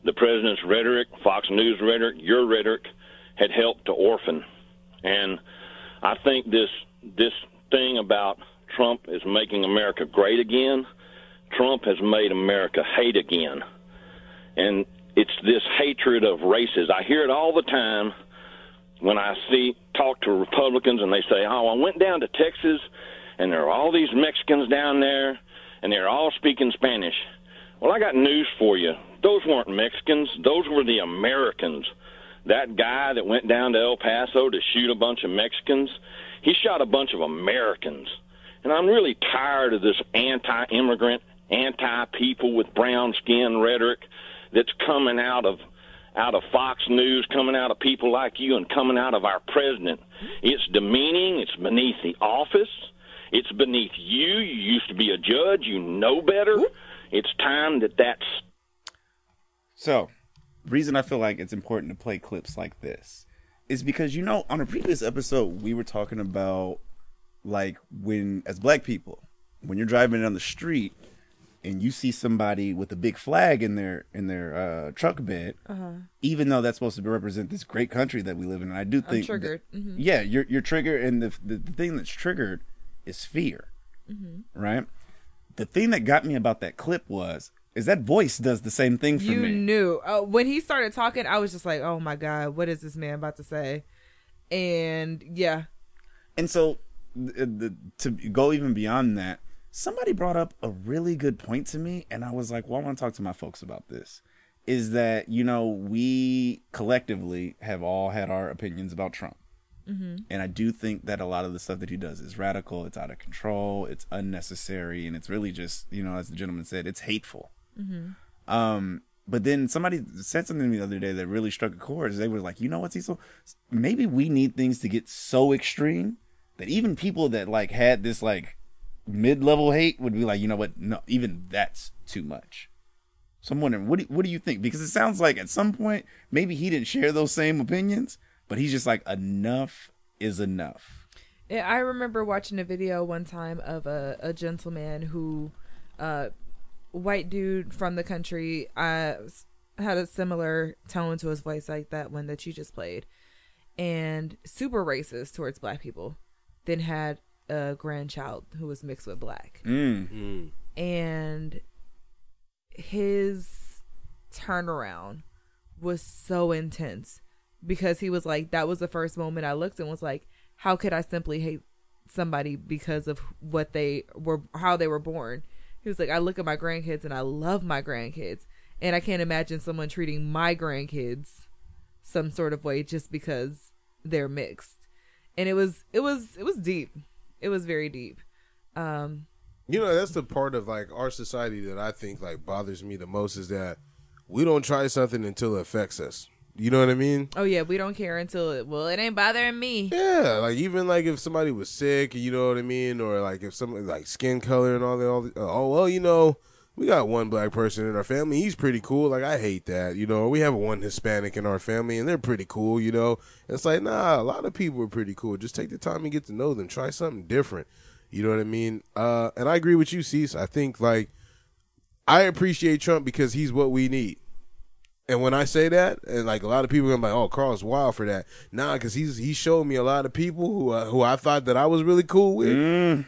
S8: the president's rhetoric, Fox News rhetoric, your rhetoric, had helped to orphan. And I think this this thing about Trump is making America great again. Trump has made America hate again. And it's this hatred of races. I hear it all the time when I see talk to Republicans and they say, "Oh, I went down to Texas, and there are all these Mexicans down there, and they're all speaking Spanish." Well, I got news for you. Those weren't Mexicans. Those were the Americans. That guy that went down to El Paso to shoot a bunch of Mexicans, he shot a bunch of Americans. And I'm really tired of this anti immigrant, anti people with brown skin rhetoric that's coming out of out of Fox News, coming out of people like you, and coming out of our president. It's demeaning. It's beneath the office. It's beneath you. You used to be a judge. You know better. It's time that that's
S5: So, reason I feel like it's important to play clips like this is because you know on a previous episode we were talking about like when as black people when you're driving down the street and you see somebody with a big flag in their in their uh, truck bed,
S4: Uh-huh.
S5: even though that's supposed to represent this great country that we live in, and I do think that-
S4: triggered. Mm-hmm.
S5: yeah, you're you're triggered, and the, the the thing that's triggered is fear,
S4: Mm-hmm.
S5: right? The thing that got me about that clip was is that voice does the same thing for
S4: you
S5: me.
S4: knew uh, when he started talking i was just like oh my god what is this man about to say and yeah
S5: And so, the, the, to go even beyond that, somebody brought up a really good point to me, and I was like, "Well, I want to talk to my folks about this." Is that you know we collectively have all had our opinions about Trump, and I do think that a lot of the stuff that he does is radical, it's out of control, it's unnecessary, and it's really just you know, as the gentleman said, it's hateful. Um, but then somebody said something to me the other day that really struck a chord. Is They were like, you know what, Cecil? Maybe we need things to get so extreme that even people that like had this like mid level hate would be like, you know what? No, even that's too much. So I'm wondering, what do, what do you think? Because it sounds like at some point, maybe he didn't share those same opinions, but he's just like, enough is enough.
S4: Yeah, I remember watching a video one time of a, a gentleman who, uh, white dude from the country, uh, s- had a similar tone to his voice like that one that you just played, and super racist towards black people. Then had a grandchild who was mixed with black,
S5: Mm.
S4: and his turnaround was so intense because he was like that was the first moment i looked and was like how could i simply hate somebody because of what they were how they were born he was like i look at my grandkids and i love my grandkids and i can't imagine someone treating my grandkids some sort of way just because they're mixed and it was it was it was deep it was very deep um
S1: You know, that's the part of like our society that I think like bothers me the most is that we don't try something until it affects us. You know what I mean?
S4: Oh yeah, we don't care until it. Well, it ain't bothering me.
S1: Yeah, like even like if somebody was sick, you know what I mean, or like if somebody like skin color and all that. All the, oh well, you know, we got one black person in our family. He's pretty cool. Like I hate that, you know. We have one Hispanic in our family, and they're pretty cool, you know. It's like nah, a lot of people are pretty cool. Just take the time and get to know them. Try something different. You know what I mean? Uh, and I agree with you, Cease. I think like I appreciate Trump because he's what we need. And when I say that, and like a lot of people are gonna be like, "Oh, Carl's wild for that." Nah, because he's he showed me a lot of people who uh, who I thought that I was really cool with,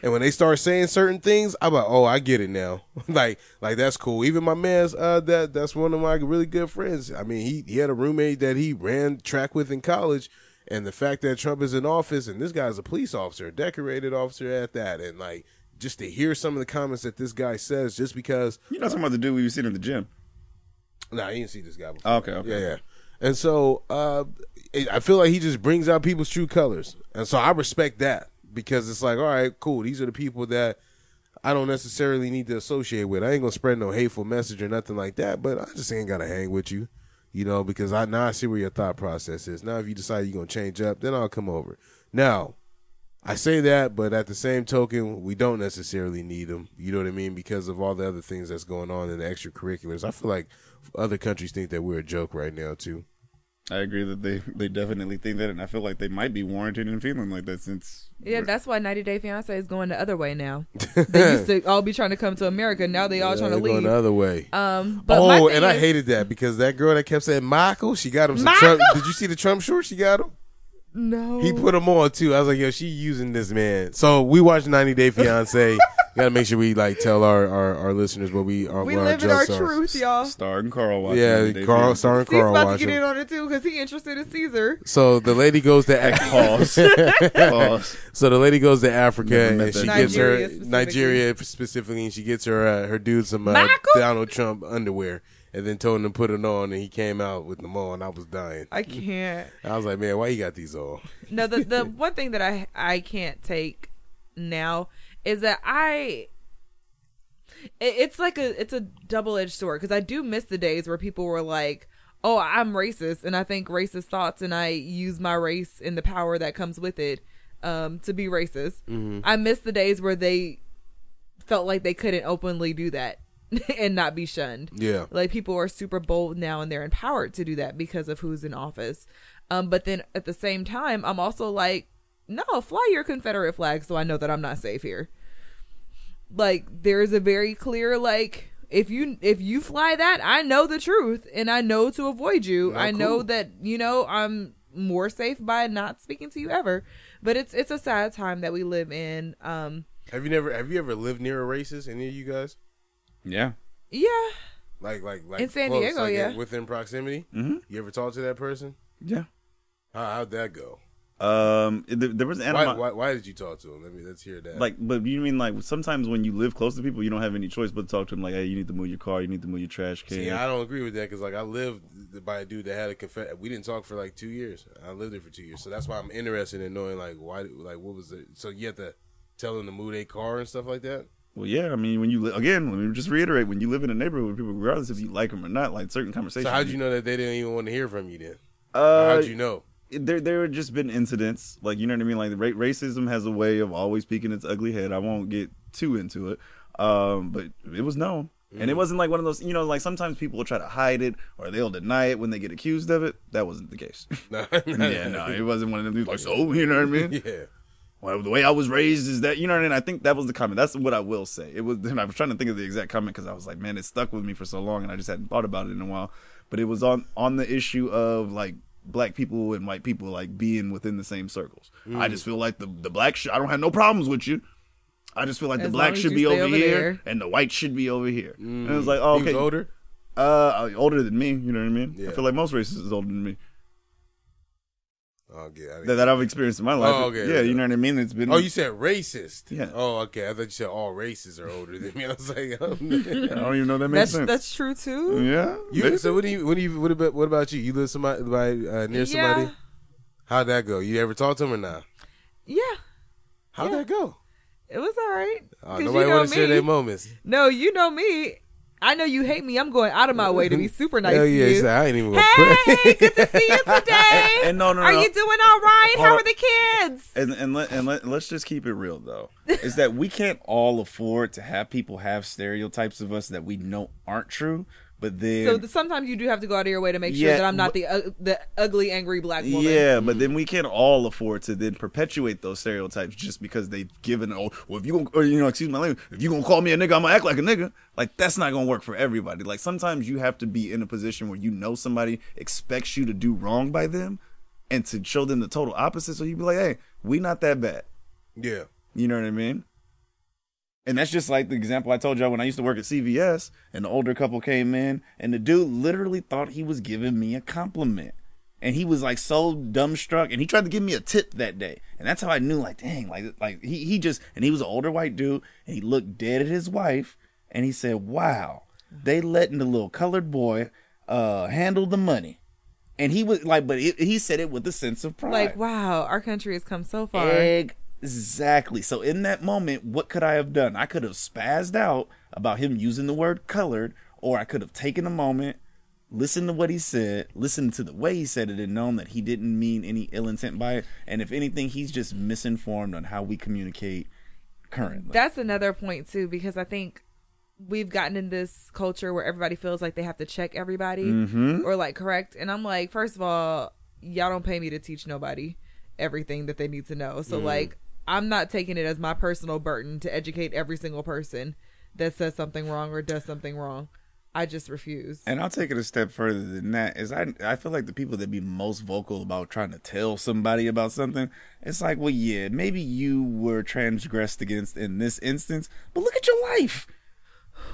S1: and when they start saying certain things, I'm like, "Oh, I get it now." like like that's cool. Even my man's uh that that's one of my really good friends. I mean, he he had a roommate that he ran track with in college, and the fact that Trump is in office and this guy's a police officer, a decorated officer at that, and like just to hear some of the comments that this guy says, just because
S5: You're not talking about the dude we've seen in the gym.
S1: nah, you didn't see this guy before.
S5: Oh, Okay, okay.
S1: Yeah, yeah. And so uh, it, I feel like he just brings out people's true colors, and so I respect that because it's like, all right, cool. These are the people that I don't necessarily need to associate with. I ain't gonna spread no hateful message or nothing like that, but I just ain't gotta hang with you, you know, because I now I see where your thought process is. Now, if you decide you're gonna change up, then I'll come over. Now, I say that, but at the same token, we don't necessarily need them. You know what I mean? Because of all the other things that's going on in the extracurriculars. I feel like other countries think that we're a joke right now too.
S5: I agree that they, they definitely think that, and I feel like they might be warranted in feeling like that since
S4: Yeah, that's why 90 Day Fiance is going the other way now. They used to all be trying to come to America. Now they all trying to
S1: They're going the
S4: leave.
S1: other way.
S4: Um, but my
S1: oh,
S4: thing
S1: and I
S4: is-
S1: hated that because that girl that kept saying Michael, she got him some Trump. Did you see the Trump shorts? She got him.
S4: No,
S1: He put them on too. I was like, yo, she using this man. So we watched 90 Day Fiance. Got to make sure we like tell our, our, our listeners what we are.
S4: we
S1: what
S4: live in our
S1: jokes are.
S4: truth, y'all. He's
S5: Star and Carl watching. the
S1: Yeah,
S5: day
S1: Carl,
S5: film.
S1: starring Carl
S4: about to
S1: watching.
S4: get in on it too because he interested in Caesar.
S1: So the lady goes to
S5: Pause. Pause.
S1: So the lady goes to Africa
S5: Never
S1: and
S5: met
S1: she
S5: that
S1: gets her
S4: Nigeria specifically.
S1: Nigeria specifically, and she gets her uh, her dude some uh,
S4: Michael?
S1: Donald Trump underwear, and then told him to put it on, and he came out with them on. I was dying.
S4: I can't.
S1: I was like, man, why you got these all?
S4: No, the the one thing that I I can't take now is that I it- it's like a it's a double edged sword because I do miss the days where people were like, oh, I'm racist and I think racist thoughts and I use my race and the power that comes with it um, to be racist. I miss the days where they felt like they couldn't openly do that and not be shunned.
S1: Yeah.
S4: Like people are super bold now and they're empowered to do that because of who's in office. Um, but then at the same time, I'm also like, no, fly your Confederate flag so I know that I'm not safe here like there's a very clear like if you if you fly that i know the truth and i know to avoid you i know
S1: cool.
S4: that you know i'm more safe by not speaking to you ever but it's it's a sad time that we live in um
S1: Have you never have you ever lived near a racist? Any of you guys?
S5: Yeah.
S4: yeah
S1: Like like like
S4: In San
S1: close,
S4: Diego,
S1: like,
S4: yeah.
S1: within proximity.
S5: Mhm.
S1: You ever talk to that person?
S5: Yeah.
S1: How, how'd that go?
S5: Um, th- there was
S1: Why,
S5: animo-
S1: why why did you talk to him? Let me let's hear that.
S5: like, but you mean like sometimes when you live close to people, you don't have any choice but to talk to them. Like, hey, you need to move your car, you need to move your trash can.
S1: See, I don't agree with that because, like, I lived by a dude that had a confed. We didn't talk for like two years. I lived there for two years, so that's why I'm interested in knowing, like, why, like, what was it? So you have to tell them to move their car and stuff like that.
S5: Well, yeah, I mean, when you li- again, let me just reiterate: when you live in a neighborhood with people, regardless if you like them or not, like certain conversations.
S1: So how'd you know that they didn't even want to hear from you then?
S5: Uh,
S1: how'd you know?
S5: there there have just been incidents like you know what I mean like ra- racism has a way of always peeking its ugly head I won't get too into it um but it was known and it wasn't like one of those you know like sometimes people will try to hide it or they'll deny it when they get accused of it that wasn't the case
S1: No,
S5: yeah no it wasn't one of them dudes like so you know what I mean
S1: yeah.
S5: well, the way I was raised is that you know what I mean. I think that was the comment. That's what I will say. It was. And I was trying to think of the exact comment because I was like, man, it stuck with me for so long, and I just hadn't thought about it in a while. But it was on on the issue of like black people and white people like being within the same circles. I
S1: Mm.
S5: just feel like the the black. Sh- I don't have no problems with you. I just feel like
S4: As
S5: the
S4: long
S5: black
S4: as
S5: should
S4: you
S5: be
S4: stay
S5: over,
S4: over
S5: here
S4: there.
S5: and the white should be over here. And it was like, oh,
S1: He
S5: okay,
S1: was Mm. older.
S5: uh, older than me. You know what I mean?
S1: Yeah.
S5: I feel like most racists is older than me
S1: Oh, okay. I didn't-
S5: that, that I've experienced in my life.
S1: Oh, okay.
S5: yeah, you know what I mean. It's been
S1: oh, you said racist.
S5: Yeah.
S1: Oh, okay. I thought you said all racists are older than me. I was like, oh,
S5: I
S1: man.
S5: don't even know if that
S4: that's
S5: makes sense.
S4: that's true too
S5: yeah,
S1: you, so what do you? What do you? What about? What about you? You live somebody by, uh, near somebody?
S4: Yeah.
S1: How'd that go? You ever talk to him or not?
S4: yeah
S1: How'd that go?
S4: it was all right
S1: Uh,
S4: 'Cause
S1: nobody
S4: you know
S1: want to share their
S4: me.
S1: moments.
S4: no you know me i know you hate me i'm going out of my way to be super nice
S1: Hell
S4: to
S1: yeah, he
S4: you
S1: said, I ain't even gonna
S4: hey
S1: pray.
S4: good to see you today
S5: And- and no, no,
S4: are
S5: no.
S4: you doing all right
S5: Hold
S4: how
S5: on.
S4: are the kids
S5: and and let and let, let's just keep it real though. Is that we can't all afford to have people have stereotypes of us that we know aren't true, but then
S4: So th- sometimes you do have to go out of your way to make
S5: Yeah,
S4: sure that I'm not the uh, the ugly, angry black woman.
S5: yeah, but then we can't all afford to then perpetuate those stereotypes just because they've given oh well if you gonna or you know excuse my language if you gonna call me a nigga I'm gonna act like a nigga like that's not gonna work for everybody. Like sometimes you have to be in a position where you know somebody expects you to do wrong by them, and to show them the total opposite. So you be like, hey, we not that bad.
S1: yeah.
S5: You know what I mean? And that's just like the example I told y'all when I used to work at CVS and the older couple came in and the dude literally thought he was giving me a compliment. And he was like so dumbstruck and he tried to give me a tip that day. And that's how I knew like dang, like like he he just and he was an older white dude and he looked dead at his wife and he said, "Wow, they letting the little colored boy uh handle the money." And he was like but it, he said it with a sense of pride.
S4: Like, wow, our country has come so far.
S5: Exactly. So in that moment, what could I have done? I could have spazzed out about him using the word colored, or I could have taken a moment, listened to what he said, listened to the way he said it, and known that he didn't mean any ill intent by it. And if anything, he's just misinformed on how we communicate currently.
S4: That's another point too, because I think we've gotten in this culture where everybody feels like they have to check everybody or like correct. And I'm like, first of all, y'all don't pay me to teach nobody everything that they need to know. So like, I'm not taking it as my personal burden to educate every single person that says something wrong or does something wrong. I just refuse.
S5: And I'll take it a step further than that. Is I I feel like the people that be most vocal about trying to tell somebody about something, it's like, well, yeah, maybe you were transgressed against in this instance, but look at your life.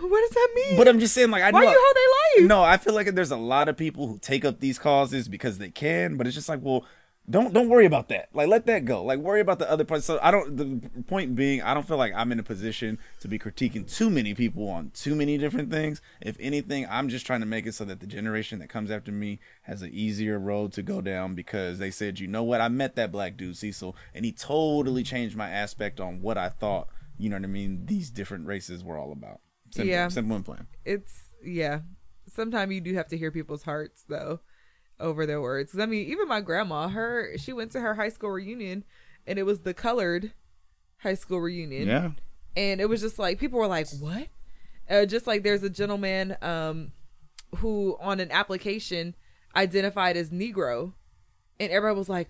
S4: What does that mean?
S5: But I'm just saying, like, I
S4: Why
S5: know
S4: you hold their life?
S5: No, I feel like there's a lot of people who take up these causes because they can, but it's just like, well, don't don't worry about that. Like, let that go. Like, worry about the other part. So I don't. The point being, I don't feel like I'm in a position to be critiquing too many people on too many different things. If anything, I'm just trying to make it so that the generation that comes after me has an easier road to go down because they said, you know what, I met that black dude Cecil, and he totally changed my aspect on what I thought. You know what I mean? These different races were all about. Simple,
S4: Yeah.
S5: Simple and plain.
S4: it's yeah sometimes you do have to hear people's hearts though over their words. 'Cause, I mean, even my grandma, her she went to her high school reunion, and it was the colored high school reunion.
S5: Yeah.
S4: and it was just like people were like, "What?" Uh, just like there's a gentleman um, who on an application identified as Negro, and everybody was like,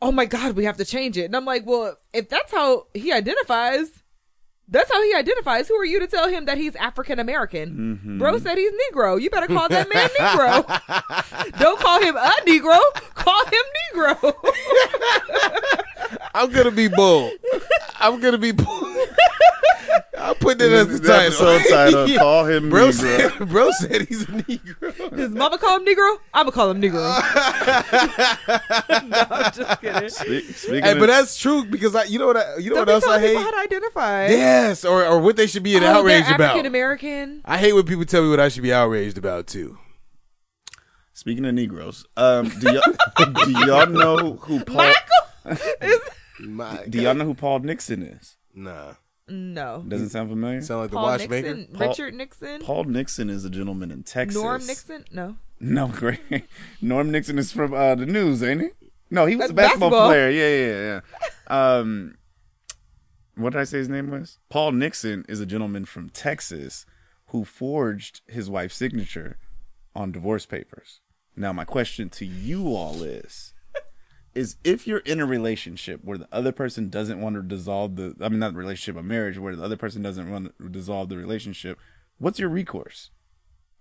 S4: "Oh my God, we have to change it." And I'm like, "Well, if that's how he identifies." That's how he identifies. Who are you to tell him that he's African American? Bro said he's Negro. You better call that man Negro. Don't call him a Negro. Call him Negro.
S1: I'm gonna be bold. I'm gonna be bold. I'll put that as the,
S5: The
S1: title.
S5: episode title, call him
S1: Bro
S5: Negro.
S1: said, bro said he's a Negro.
S4: His mama call him Negro. I'ma call him Negro. no, I'm just kidding.
S5: Speak- Speaking
S1: Hey,
S5: of,
S1: but that's true because I, you know what, I, you know what
S4: Don't be
S1: else I
S4: telling people
S1: hate.
S4: how to identify.
S1: Yes, or or what they should be in
S4: Oh, they're
S1: outrage about.
S4: African American.
S1: I hate when people tell me what I should be outraged about too.
S5: speaking of Negroes, um, do, y'all, do y'all know who Paul?
S1: My
S5: Do y'all know who Paul Nixon is?
S1: nah,
S4: No.
S5: Doesn't sound familiar.
S1: sound like the
S4: Paul
S1: watchmaker.
S4: Nixon.
S5: Paul-
S4: Richard Nixon.
S5: Paul Nixon is a gentleman in Texas.
S4: Norm Nixon. No.
S5: No, great. Norm Nixon is from uh, the news, ain't he? No, he was
S4: That's
S5: a basketball,
S4: basketball.
S5: player. Yeah, yeah, yeah. Um, what did I say his name was? Paul Nixon is a gentleman from Texas who forged his wife's signature on divorce papers. Now, my question to you all is is if you're in a relationship where the other person doesn't want to dissolve the I mean not relationship, a marriage where the other person doesn't want to dissolve the relationship, what's your recourse?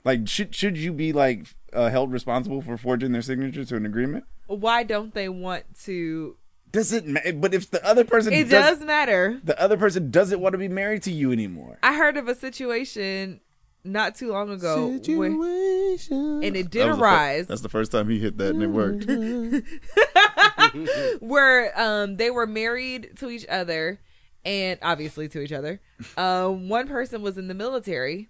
S5: Like should should you be like uh, held responsible for forging their signature to an agreement?
S4: Why don't they want to?
S5: Does it ma- but if the other person
S4: It
S5: does-
S4: does matter.
S5: the other person doesn't want to be married to you anymore.
S4: I heard of a situation not too long ago, where- and it did
S5: That was the fir-
S4: arise. Mm-hmm.
S5: that's the first time he hit that and it worked.
S4: where um they were married to each other and obviously to each other. Um one person was in the military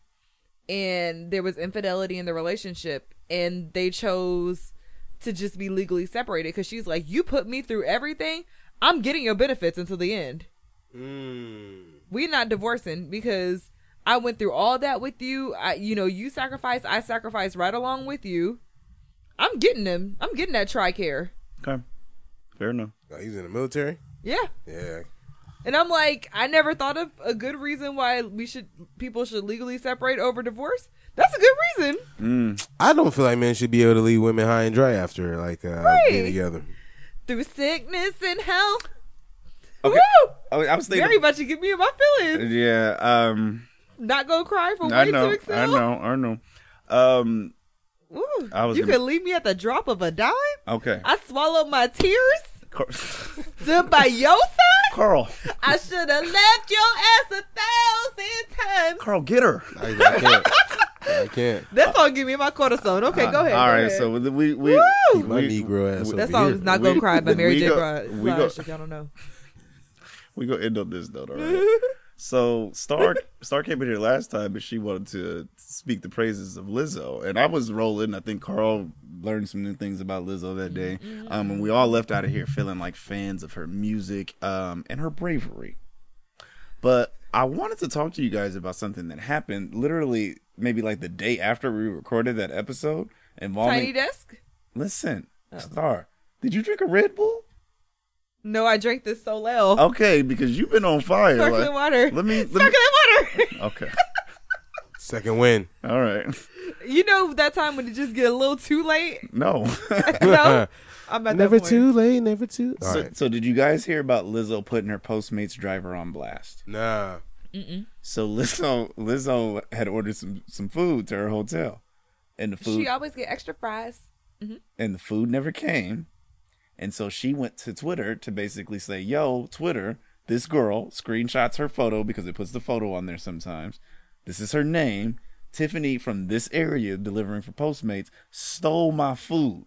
S4: and there was infidelity in the relationship and they chose to just be legally separated cuz she's like you put me through everything. I'm getting your benefits until the end.
S1: Mm.
S4: We're not divorcing because I went through all that with you. I you know, you sacrificed, I sacrificed right along with you. I'm getting them. I'm getting that TRICARE.
S5: Okay. Fair enough.
S1: Oh, he's in the military.
S4: Yeah.
S1: Yeah,
S4: And I'm like, I never thought of a good reason why we should people should legally separate over divorce. That's a good reason.
S1: I don't feel like men should be able to leave women high and dry after like uh, being
S4: Right.
S1: together.
S4: Through sickness and health.
S5: Okay.
S4: Woo!
S5: I was- I was
S4: Mary
S5: thinking.
S4: about to get me in my feelings.
S5: Yeah. Um.
S4: Not gonna cry for
S5: I
S4: way
S5: know.
S4: to
S5: I
S4: excel.
S5: know. I know. Um.
S4: Ooh,
S5: I was
S4: you
S5: gonna-
S4: could leave me at the drop of a dime.
S5: Okay.
S4: I swallowed my tears.
S5: Car-
S4: Stood by your side.
S5: Carl.
S4: I should have left your ass a thousand times.
S5: Carl, get her.
S1: I, I can't. I can't.
S4: That song give me my cortisone. Okay, go ahead.
S5: Uh, All
S4: go
S5: right.
S4: ahead.
S5: So we we
S4: Woo!
S1: My
S5: we,
S1: Negro ass.
S4: that
S1: That's
S4: song
S1: over
S4: is
S1: here.
S4: not gonna
S5: We-
S4: cry by Mary
S5: we
S4: J.
S5: go-
S4: Blige.
S5: we go-
S4: if y'all don't know.
S5: we gonna end on this note. All right. So Star Star came in here last time, but she wanted to speak the praises of Lizzo, and I was rolling. I think Carl learned some new things about Lizzo that day, um, and we all left out of here feeling like fans of her music um, and her bravery. But I wanted to talk to you guys about something that happened literally maybe like the day after we recorded that episode involving.
S4: Tiny desk.
S5: Listen, Star, did you drink a Red Bull?
S4: No, I drank this Solel.
S5: Okay, because you've been on fire.
S4: Sparkling
S5: like-
S4: water.
S5: Let me. Let me
S4: Sparkling water.
S5: okay.
S1: Second win.
S5: All right.
S4: you know that time when it just get a little too late.
S5: No.
S4: no, I'm at
S1: Never
S4: that point.
S1: too late. Never too. All
S5: so,
S1: right.
S5: so did you guys hear about Lizzo putting her Postmates driver on blast?
S1: Nah.
S5: So Lizzo Lizzo had ordered some some food to her hotel, and the food
S4: She always get extra fries.
S5: and the food never came. And so she went to Twitter to basically say, "Yo, Twitter, this girl screenshots her photo because it puts the photo on there sometimes. This is her name, Tiffany from this area delivering for Postmates stole my food."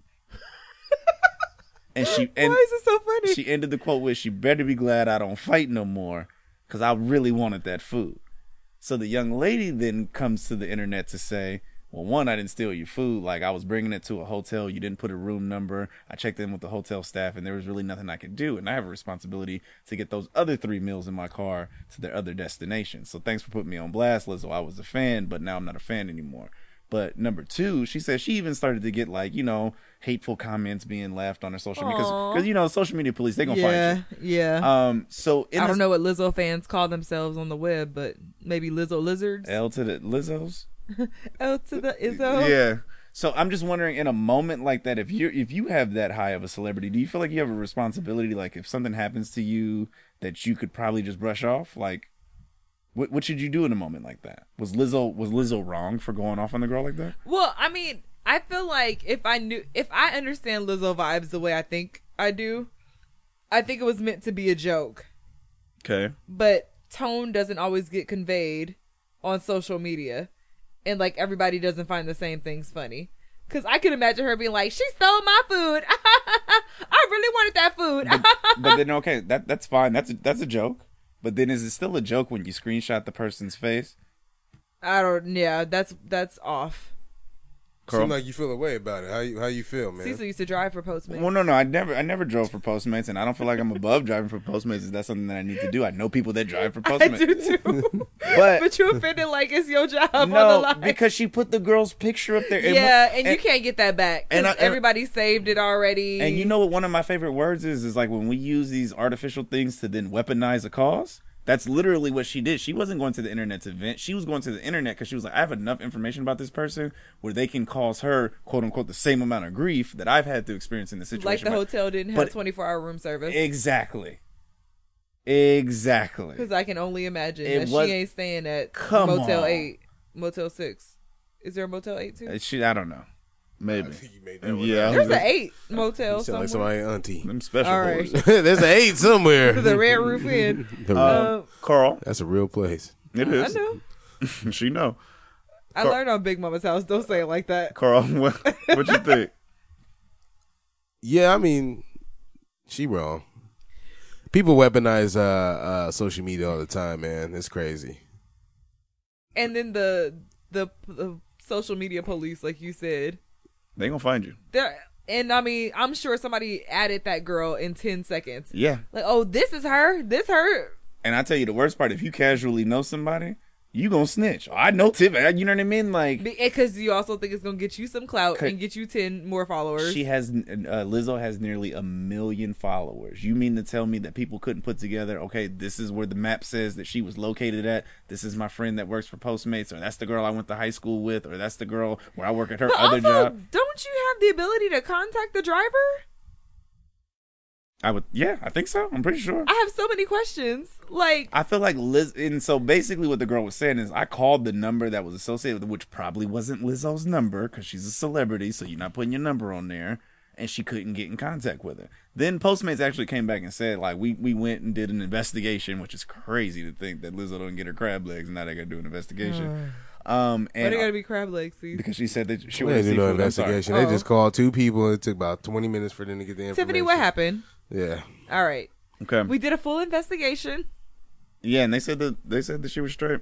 S5: and she and
S4: Why is it so funny?
S5: she ended the quote with, "She better be glad I don't fight no more, cause I really wanted that food." So the young lady then comes to the internet to say, "Well, one, I didn't steal your food. Like I was bringing it to a hotel. You didn't put a room number. I checked in with the hotel staff, and there was really nothing I could do. And I have a responsibility to get those other three meals in my car to their other destinations. So thanks for putting me on blast, Lizzo. I was a fan, but now I'm not a fan anymore." But number two, she said she even started to get like you know hateful comments being left on her social media
S4: Aw.
S5: because you know social media police they gonna
S9: yeah,
S5: find you.
S9: yeah.
S5: Um, so in
S9: I
S5: this-
S9: don't know what Lizzo fans call themselves on the web, but maybe Lizzo lizards.
S5: L to the Lizzo's.
S9: Oh, to the Izzo.
S5: Yeah. So I'm just wondering, in a moment like that, if you if you have that high of a celebrity, do you feel like you have a responsibility? Like if something happens to you, that you could probably just brush off. Like, what what should you do in a moment like that? Was Lizzo was Lizzo wrong for going off on the girl like that?
S4: Well, I mean, I feel like if I knew, if I understand Lizzo vibes the way I think I do, I think it was meant to be a joke.
S5: Okay.
S4: But tone doesn't always get conveyed on social media, and like everybody doesn't find the same things funny. Cause I could imagine her being like, "She stole my food. I really wanted that food."
S5: But then okay, that that's fine. That's a, that's a joke. But then is it still a joke when you screenshot the person's face?
S4: I don't. Yeah, that's that's off.
S5: Carl?
S1: Seems like you feel a way about it. How you how you feel, man?
S4: Cecil used to drive for Postmates.
S5: Well, no, no, I never, I never drove for Postmates, and I don't feel like I'm above driving for Postmates. If that's something that I need to do, I know people that drive for
S4: I
S5: Postmates.
S4: do too.
S5: But,
S4: but you offended like it's your job on the
S5: no,
S4: line.
S5: because she put the girl's picture up there.
S4: yeah, and, you can't get that back.
S5: and
S4: And
S5: I- and-
S4: everybody saved it already.
S5: And you know what? One of my favorite words is is like when we use these artificial things to then weaponize a cause. That's literally what she did. She wasn't going to the internet to vent. She was going to the internet because she was like, I have enough information about this person where they can cause her, quote unquote, the same amount of grief that I've had to experience in this situation.
S4: like the
S5: But-
S4: hotel didn't
S5: but-
S4: have twenty four hour room service.
S5: Exactly. Exactly.
S4: Because I can only imagine
S5: It
S4: that
S5: was-
S4: she ain't staying at
S5: Come
S4: Motel
S5: on.
S4: Eight, Motel Six. Is there a Motel Eight too?
S5: Uh, She, I don't know. Maybe.
S1: you made that one
S5: Yeah.
S1: up.
S4: There's an eight motel
S1: You sound like
S4: somewhere.
S1: somebody auntie.
S5: Them special
S4: All right.
S5: boys.
S1: There's an eight somewhere.
S4: the Red Roof Inn.
S5: Um, Carl,
S1: That's a real place.
S5: it
S4: I
S5: is.
S4: know.
S5: she know.
S4: I
S5: Car-
S4: learned on Big Mama's house. Don't say it like that.
S5: Carl, what what you think?
S1: Yeah, I mean, she wrong. People weaponize uh, uh, social media all the time, man. It's crazy.
S4: And then the the, the social media police, like you said,
S5: They gonna find you.
S4: there. And I mean, I'm sure somebody added that girl in ten seconds.
S5: Yeah.
S4: Like, oh, this is her. This her.
S5: And I tell you the worst part, if you casually know somebody, you gonna snitch. I know Tiff. You know what I mean? Like
S4: Because you also think it's gonna get you some clout
S5: Okay.
S4: and get you ten more followers.
S5: she has uh, Lizzo has nearly a million followers. You mean to tell me that people couldn't put together? Okay, this is where the map says that she was located at. This is my friend that works for Postmates, or that's the girl I went to high school with, or that's the girl where I work at her
S4: but
S5: other
S4: also,
S5: job.
S4: don't you have the ability to contact the driver?
S5: I would. Yeah, I think so. I'm pretty sure.
S4: I have so many questions. Like,
S5: I feel like Liz, and so basically what the girl was saying is, I called the number that was associated with, which probably wasn't Lizzo's number because she's a celebrity, so you're not putting your number on there, and she couldn't get in contact with her. Then Postmates actually came back and said, like, we we went and did an investigation, which is crazy to think that Lizzo don't get her crab legs, and now they got to do an investigation.
S4: Mm. why
S5: um, and
S4: they gotta be crab legs? These?
S5: because she said that she
S1: They
S5: was
S1: didn't do no
S5: investigation.
S1: investigation.
S4: sorry.
S1: They just called two people. and It took about 20 minutes for them to get the information.
S4: Tiffany, what happened?
S1: Yeah.
S4: All right,
S5: Okay,
S4: we did a full investigation.
S5: yeah, and they said that they said that she was straight.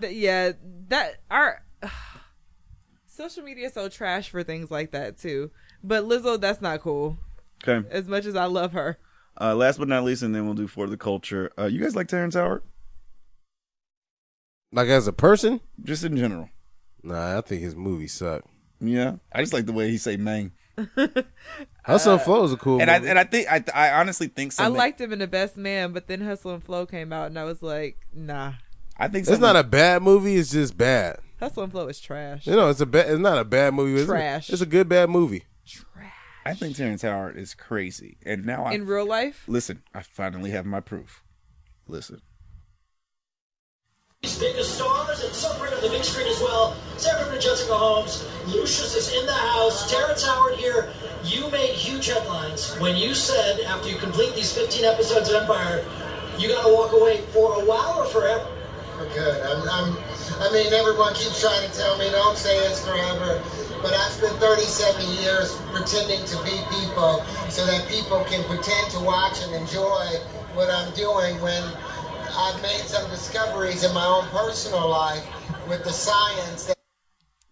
S4: Th- yeah, that our social media is so trash for things like that too. But Lizzo, that's not cool.
S5: Okay,
S4: As much as I love her,
S5: uh, last but not least, and then we'll do for the culture. Uh, you guys like Terrence Howard,
S1: Like, as a person?
S5: just in general.
S1: Nah, I think his movie sucked.
S5: Yeah, I just like the way he say "mang,"
S1: Hustle
S4: Uh,
S1: and Flow is a cool
S5: and I
S1: movie.
S5: and I think I I honestly think
S4: I
S5: something.
S4: liked him in The Best Man, but then Hustle and Flow came out, and I was like, nah,
S5: I think
S1: it's
S5: something,
S1: not a bad movie. It's just bad.
S4: Hustle and Flow is trash.
S1: You know, it's a ba- It's not a bad movie. It's
S4: Trash.
S1: A, it's a good bad movie.
S5: I think Terrence Howard is crazy, and now I
S4: In real life,
S5: listen. I finally have my proof. Listen,
S10: These biggest stars and some bring on the big screen as well. Sarah Griffin and Jessica Holmes. Lucius is in the house. Terrence Howard here. You made huge headlines when you said after you complete these 15 episodes of Empire, you got to walk away for a while or forever.
S11: for good. I'm, I'm, I mean, everyone keeps trying to tell me, don't say it's forever. But I've spent 37 years pretending to be people so that people can pretend to watch and enjoy what I'm doing when I've made some discoveries in my own personal life with the science that.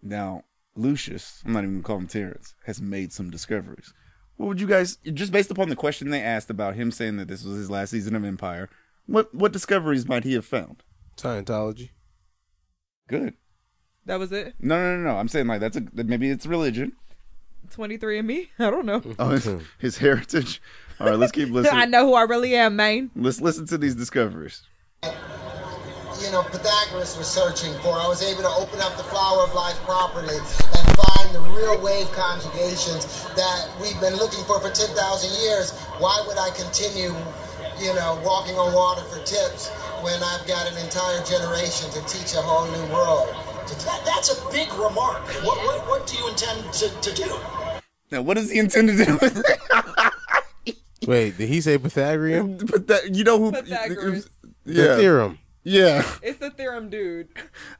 S5: now Lucius, I'm not even gonna call him Terrence, has made some discoveries. What would you guys just based upon the question they asked about him saying that this was his last season of Empire? What what discoveries might he have found?
S1: Scientology.
S5: Good.
S4: That was it.
S5: No, no, no, no. I'm saying like that's a that maybe it's religion.
S4: Twenty three and me. I don't know.
S5: Oh, his, his heritage. All right, let's keep listening.
S4: I know who I really am, man.
S5: Let's listen to these discoveries.
S11: you know, Pythagoras was searching for. I was able to open up the flower of life properly and find the real wave conjugations that we've been looking for for 10,000 years. Why would I continue, you know, walking on water for tips when I've got an entire generation to teach a whole new world?
S12: That, that's a big remark. What, what, what do you intend to, to do?
S5: Now, what does he intend to do? with it?
S1: Wait, did he say Pythagorean?
S5: but that you know who?
S4: Pythagoras.
S1: The
S5: Yeah,
S1: theorem.
S5: yeah.
S4: It's the theorem, dude.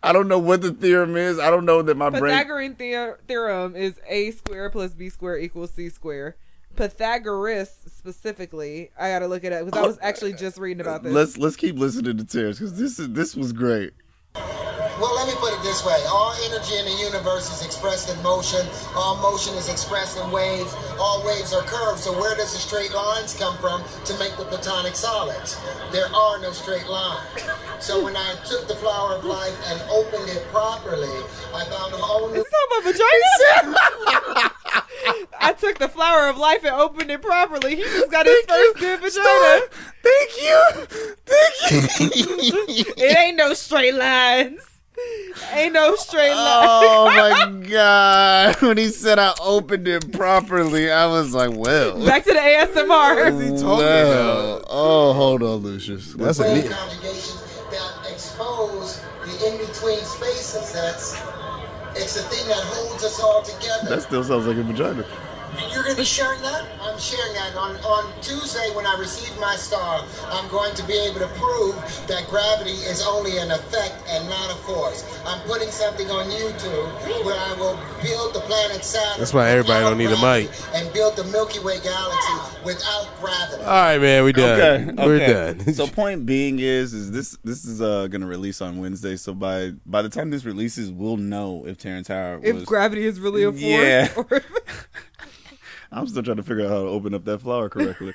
S5: I don't know what the theorem is. I don't know that my brain.
S4: Pythagorean theor- theorem is a square plus b square equals c square. Pythagoras specifically, I gotta look it up because I was actually just reading about this.
S5: Let's let's keep listening to Terrence because this is this was great.
S11: Well, let me put it this way. All energy in the universe is expressed in motion. All motion is expressed in waves. All waves are curved. So where does the straight lines come from to make the platonic solids? There are no straight lines. So when I took the flower of life and opened it properly, I found a whole new
S4: Is this talking about vagina? I took the flower of life and opened it properly. He just got his first good vagina.
S5: Thank you, thank you.
S4: It ain't no straight lines. Ain't no straight lines.
S5: oh my god! When he said I opened it properly, I was like, well.
S4: Back to the
S5: Oh.
S4: ASMR.
S1: he talking
S5: Well, oh, hold on, Lucius.
S1: That's a
S11: wave
S1: neat.
S11: conjugations that expose the in-between spaces. That's it's the thing that holds us all together.
S5: That still sounds like a vagina.
S12: And you're going to be sharing that?
S11: I'm sharing that on, on Tuesday when I receive my star. I'm going to be able to prove that gravity is only an effect and not a force. I'm putting something on YouTube where I will build the planet Saturn.
S1: That's why everybody don't need a
S11: without
S1: mic.
S11: gravity And build the Milky Way galaxy without gravity.
S1: All right, man, we done. We're done.
S5: so point being is, is this this is uh gonna release on Wednesday. So by by the time this releases, we'll know if Terrence Howard was.
S4: If gravity is really a force,
S5: Yeah.
S4: or if
S5: I'm still trying to figure out how to open up that flower correctly.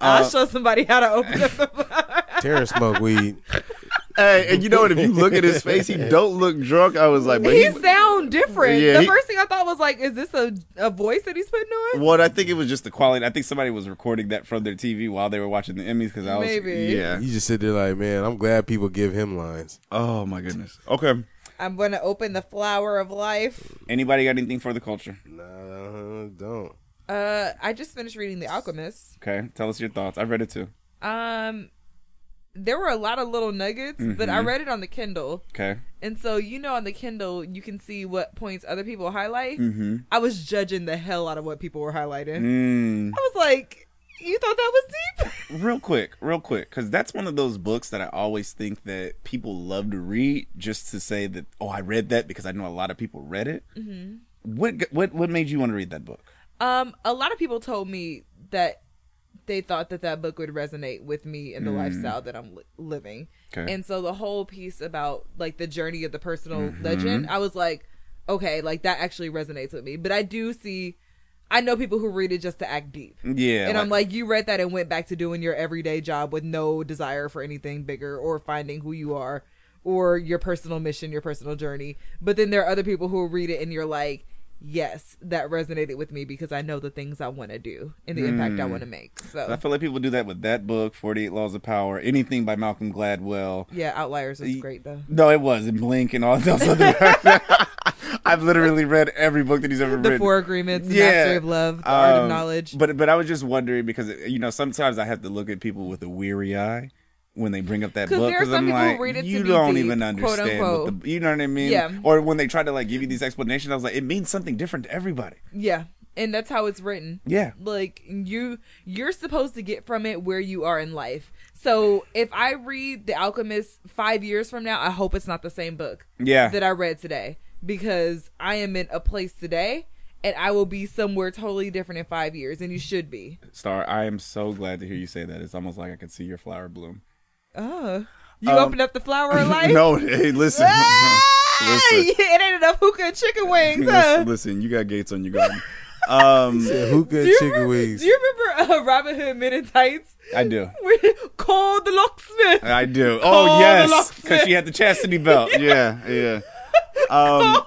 S4: I'll
S5: Uh,
S4: show somebody how to open up the
S1: Terrence smoke weed.
S5: hey, and you know what? If you look at his face, he don't look drunk. I was like, but
S4: he
S5: he,
S4: sound different.
S5: Yeah,
S4: the
S5: he-
S4: first thing I thought was like, is this a, a voice that he's putting on?
S5: what I think it was just the quality. I think somebody was recording that from their TV while they were watching the Emmys because I was
S4: Maybe.
S5: yeah.
S1: You just sit there like, man, I'm glad people give him lines.
S5: Oh my goodness. Okay.
S4: I'm gonna open the flower of life.
S5: Anybody got anything for the culture?
S1: Nah, I don't.
S4: Uh, I just finished reading The Alchemist.
S5: Okay, tell us your thoughts. I've read it too.
S4: Um, there were a lot of little nuggets, but
S5: Mm-hmm.
S4: I read it on the Kindle,
S5: Okay.
S4: and so you know, on the Kindle, you can see what points other people highlight. Mm-hmm. I was judging the hell out of what people were highlighting.
S5: Mm.
S4: I was like, you thought that was deep?
S5: real quick, real quick, because that's one of those books that I always think that people love to read just to say that, oh, I read that because I know a lot of people read it. Mm-hmm. What g- what what made you want to read that book?
S4: Um, a lot of people told me that they thought that that book would resonate with me and the lifestyle that I'm li- living.
S5: Mm. Okay.
S4: And so the whole piece about like the journey of the personal
S5: Mm-hmm.
S4: legend, I was like, okay, like that actually resonates with me. But I do see, I know people who read it just to act deep.
S5: Yeah,
S4: and I'm like, you read that and went back to doing your everyday job with no desire for anything bigger or finding who you are or your personal mission, your personal journey. But then there are other people who read it and you're like, yes, that resonated with me because I know the things I want to do and the impact
S5: Mm.
S4: I want to make.
S5: I
S4: So,
S5: feel like people do that with that book, Forty Eight Laws of Power, anything by Malcolm Gladwell.
S4: yeah, Outliers is
S5: Y-
S4: great though.
S5: No, it was and Blink and all those other. I've literally read every book that he's ever
S4: The
S5: written.
S4: Four Agreements, The Mastery of Love, The Art of
S5: Um,
S4: Knowledge.
S5: But but I was just wondering because you know sometimes I have to look at people with a weary eye when they bring up that
S4: 'Cause
S5: book
S4: there are
S5: because
S4: some
S5: I'm
S4: people who
S5: like
S4: read it to
S5: you
S4: be
S5: don't
S4: deep,
S5: even
S4: quote
S5: understand what
S4: unquote.
S5: the you know what I mean
S4: Yeah.
S5: or when they try to like give you these explanations I was like it means something different to everybody
S4: yeah. And that's how it's written.
S5: yeah
S4: like you you're supposed to get from it where you are in life so if i read the alchemist five years from now i hope it's not the same book
S5: yeah
S4: that i read today because i am in a place today and i will be somewhere totally different in five years and you should be
S5: Star I am so glad to hear you say that it's almost like I could see your flower bloom
S4: oh you
S5: Um,
S4: opened up the flower of life
S5: no hey listen
S4: Ah!
S5: listen,
S4: it ain't enough hookah and chicken wings huh?
S5: listen listen you got gates on your garden um
S1: Yeah, hookah and
S4: do, you
S1: chicken
S4: remember,
S1: wings.
S4: do you remember uh, robin hood men in tights
S5: I do
S4: when called the locksmith
S5: I do
S4: Call
S5: oh
S4: the
S5: yes
S4: locksmith.
S5: because she had the chastity belt yeah yeah Um,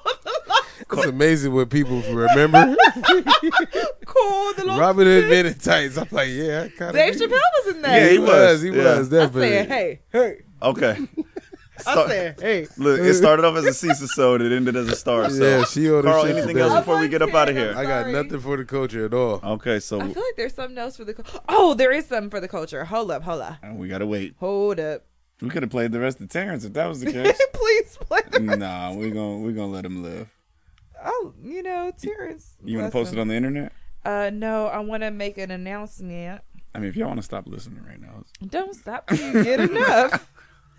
S1: It's amazing what people remember.
S4: Cool. The Lord.
S1: Robin Hood Men in Tights. I'm like, yeah, I kind
S4: Dave Chappelle was in
S5: Yeah,
S4: there.
S5: he
S1: He was. He
S5: Yeah.
S1: was
S4: I
S1: definitely.
S4: said, hey.
S5: okay.
S4: I
S5: Start-
S4: said, hey.
S5: Look, it started off as a Caesar soda, it ended as a star. So,
S1: Yeah, she ordered
S5: Carl,
S1: shit
S5: anything
S1: today.
S5: else
S1: I
S5: before we
S4: want
S5: get up
S4: that.
S5: out of here?
S1: I got
S4: Sorry.
S1: nothing for the culture at all.
S5: Okay, so
S4: I feel like there's something else for the. cul- Oh, there is something for the culture. Hold up, hold up,
S5: uh, we gotta wait.
S4: hold up.
S5: We could have played the rest of Terrence if that was the case.
S4: Please play. The-
S5: nah, we're gonna we're gonna let him live.
S4: oh, you know, Terrence.
S5: You want to
S4: bless
S5: post it
S4: him.
S5: on the internet?
S4: Uh, no, I want to make an announcement.
S5: I mean, if y'all want to stop listening right now, it's-
S4: Don't stop till you get enough.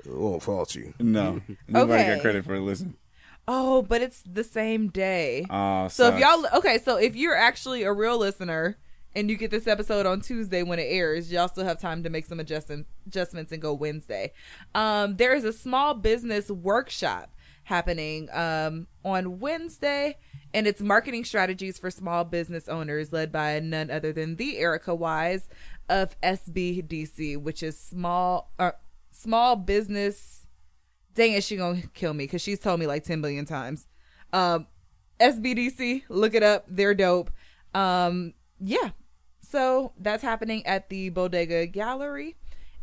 S1: won't fault you.
S5: no, nobody
S4: Okay.
S5: got credit for listening.
S4: Oh, but it's the same day.
S5: Uh,
S4: So if y'all okay, so if you're actually a real listener and you get this episode on Tuesday when it airs, y'all still have time to make some adjustment, adjustments and go Wednesday. Um, there is a small business workshop happening um, on Wednesday, and it's marketing strategies for small business owners, led by none other than the Erica Wise of SBDC, which is small uh, small business dang it, she gonna kill me because she's told me like 10 billion times. Um, SBDC, look it up. They're dope. Um, yeah. So that's happening at the Bodega Gallery.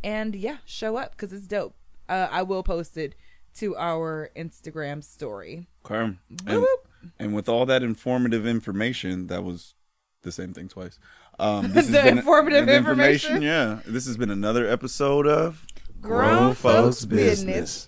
S4: And yeah, show up because it's dope. Uh, I will post it to our Instagram story.
S5: Carm, and, and with all that informative information, that was the same thing twice. Um, this has
S4: The
S5: been-
S4: informative
S5: the
S4: information?
S5: Yeah, this has been another episode of
S4: Grown folks business.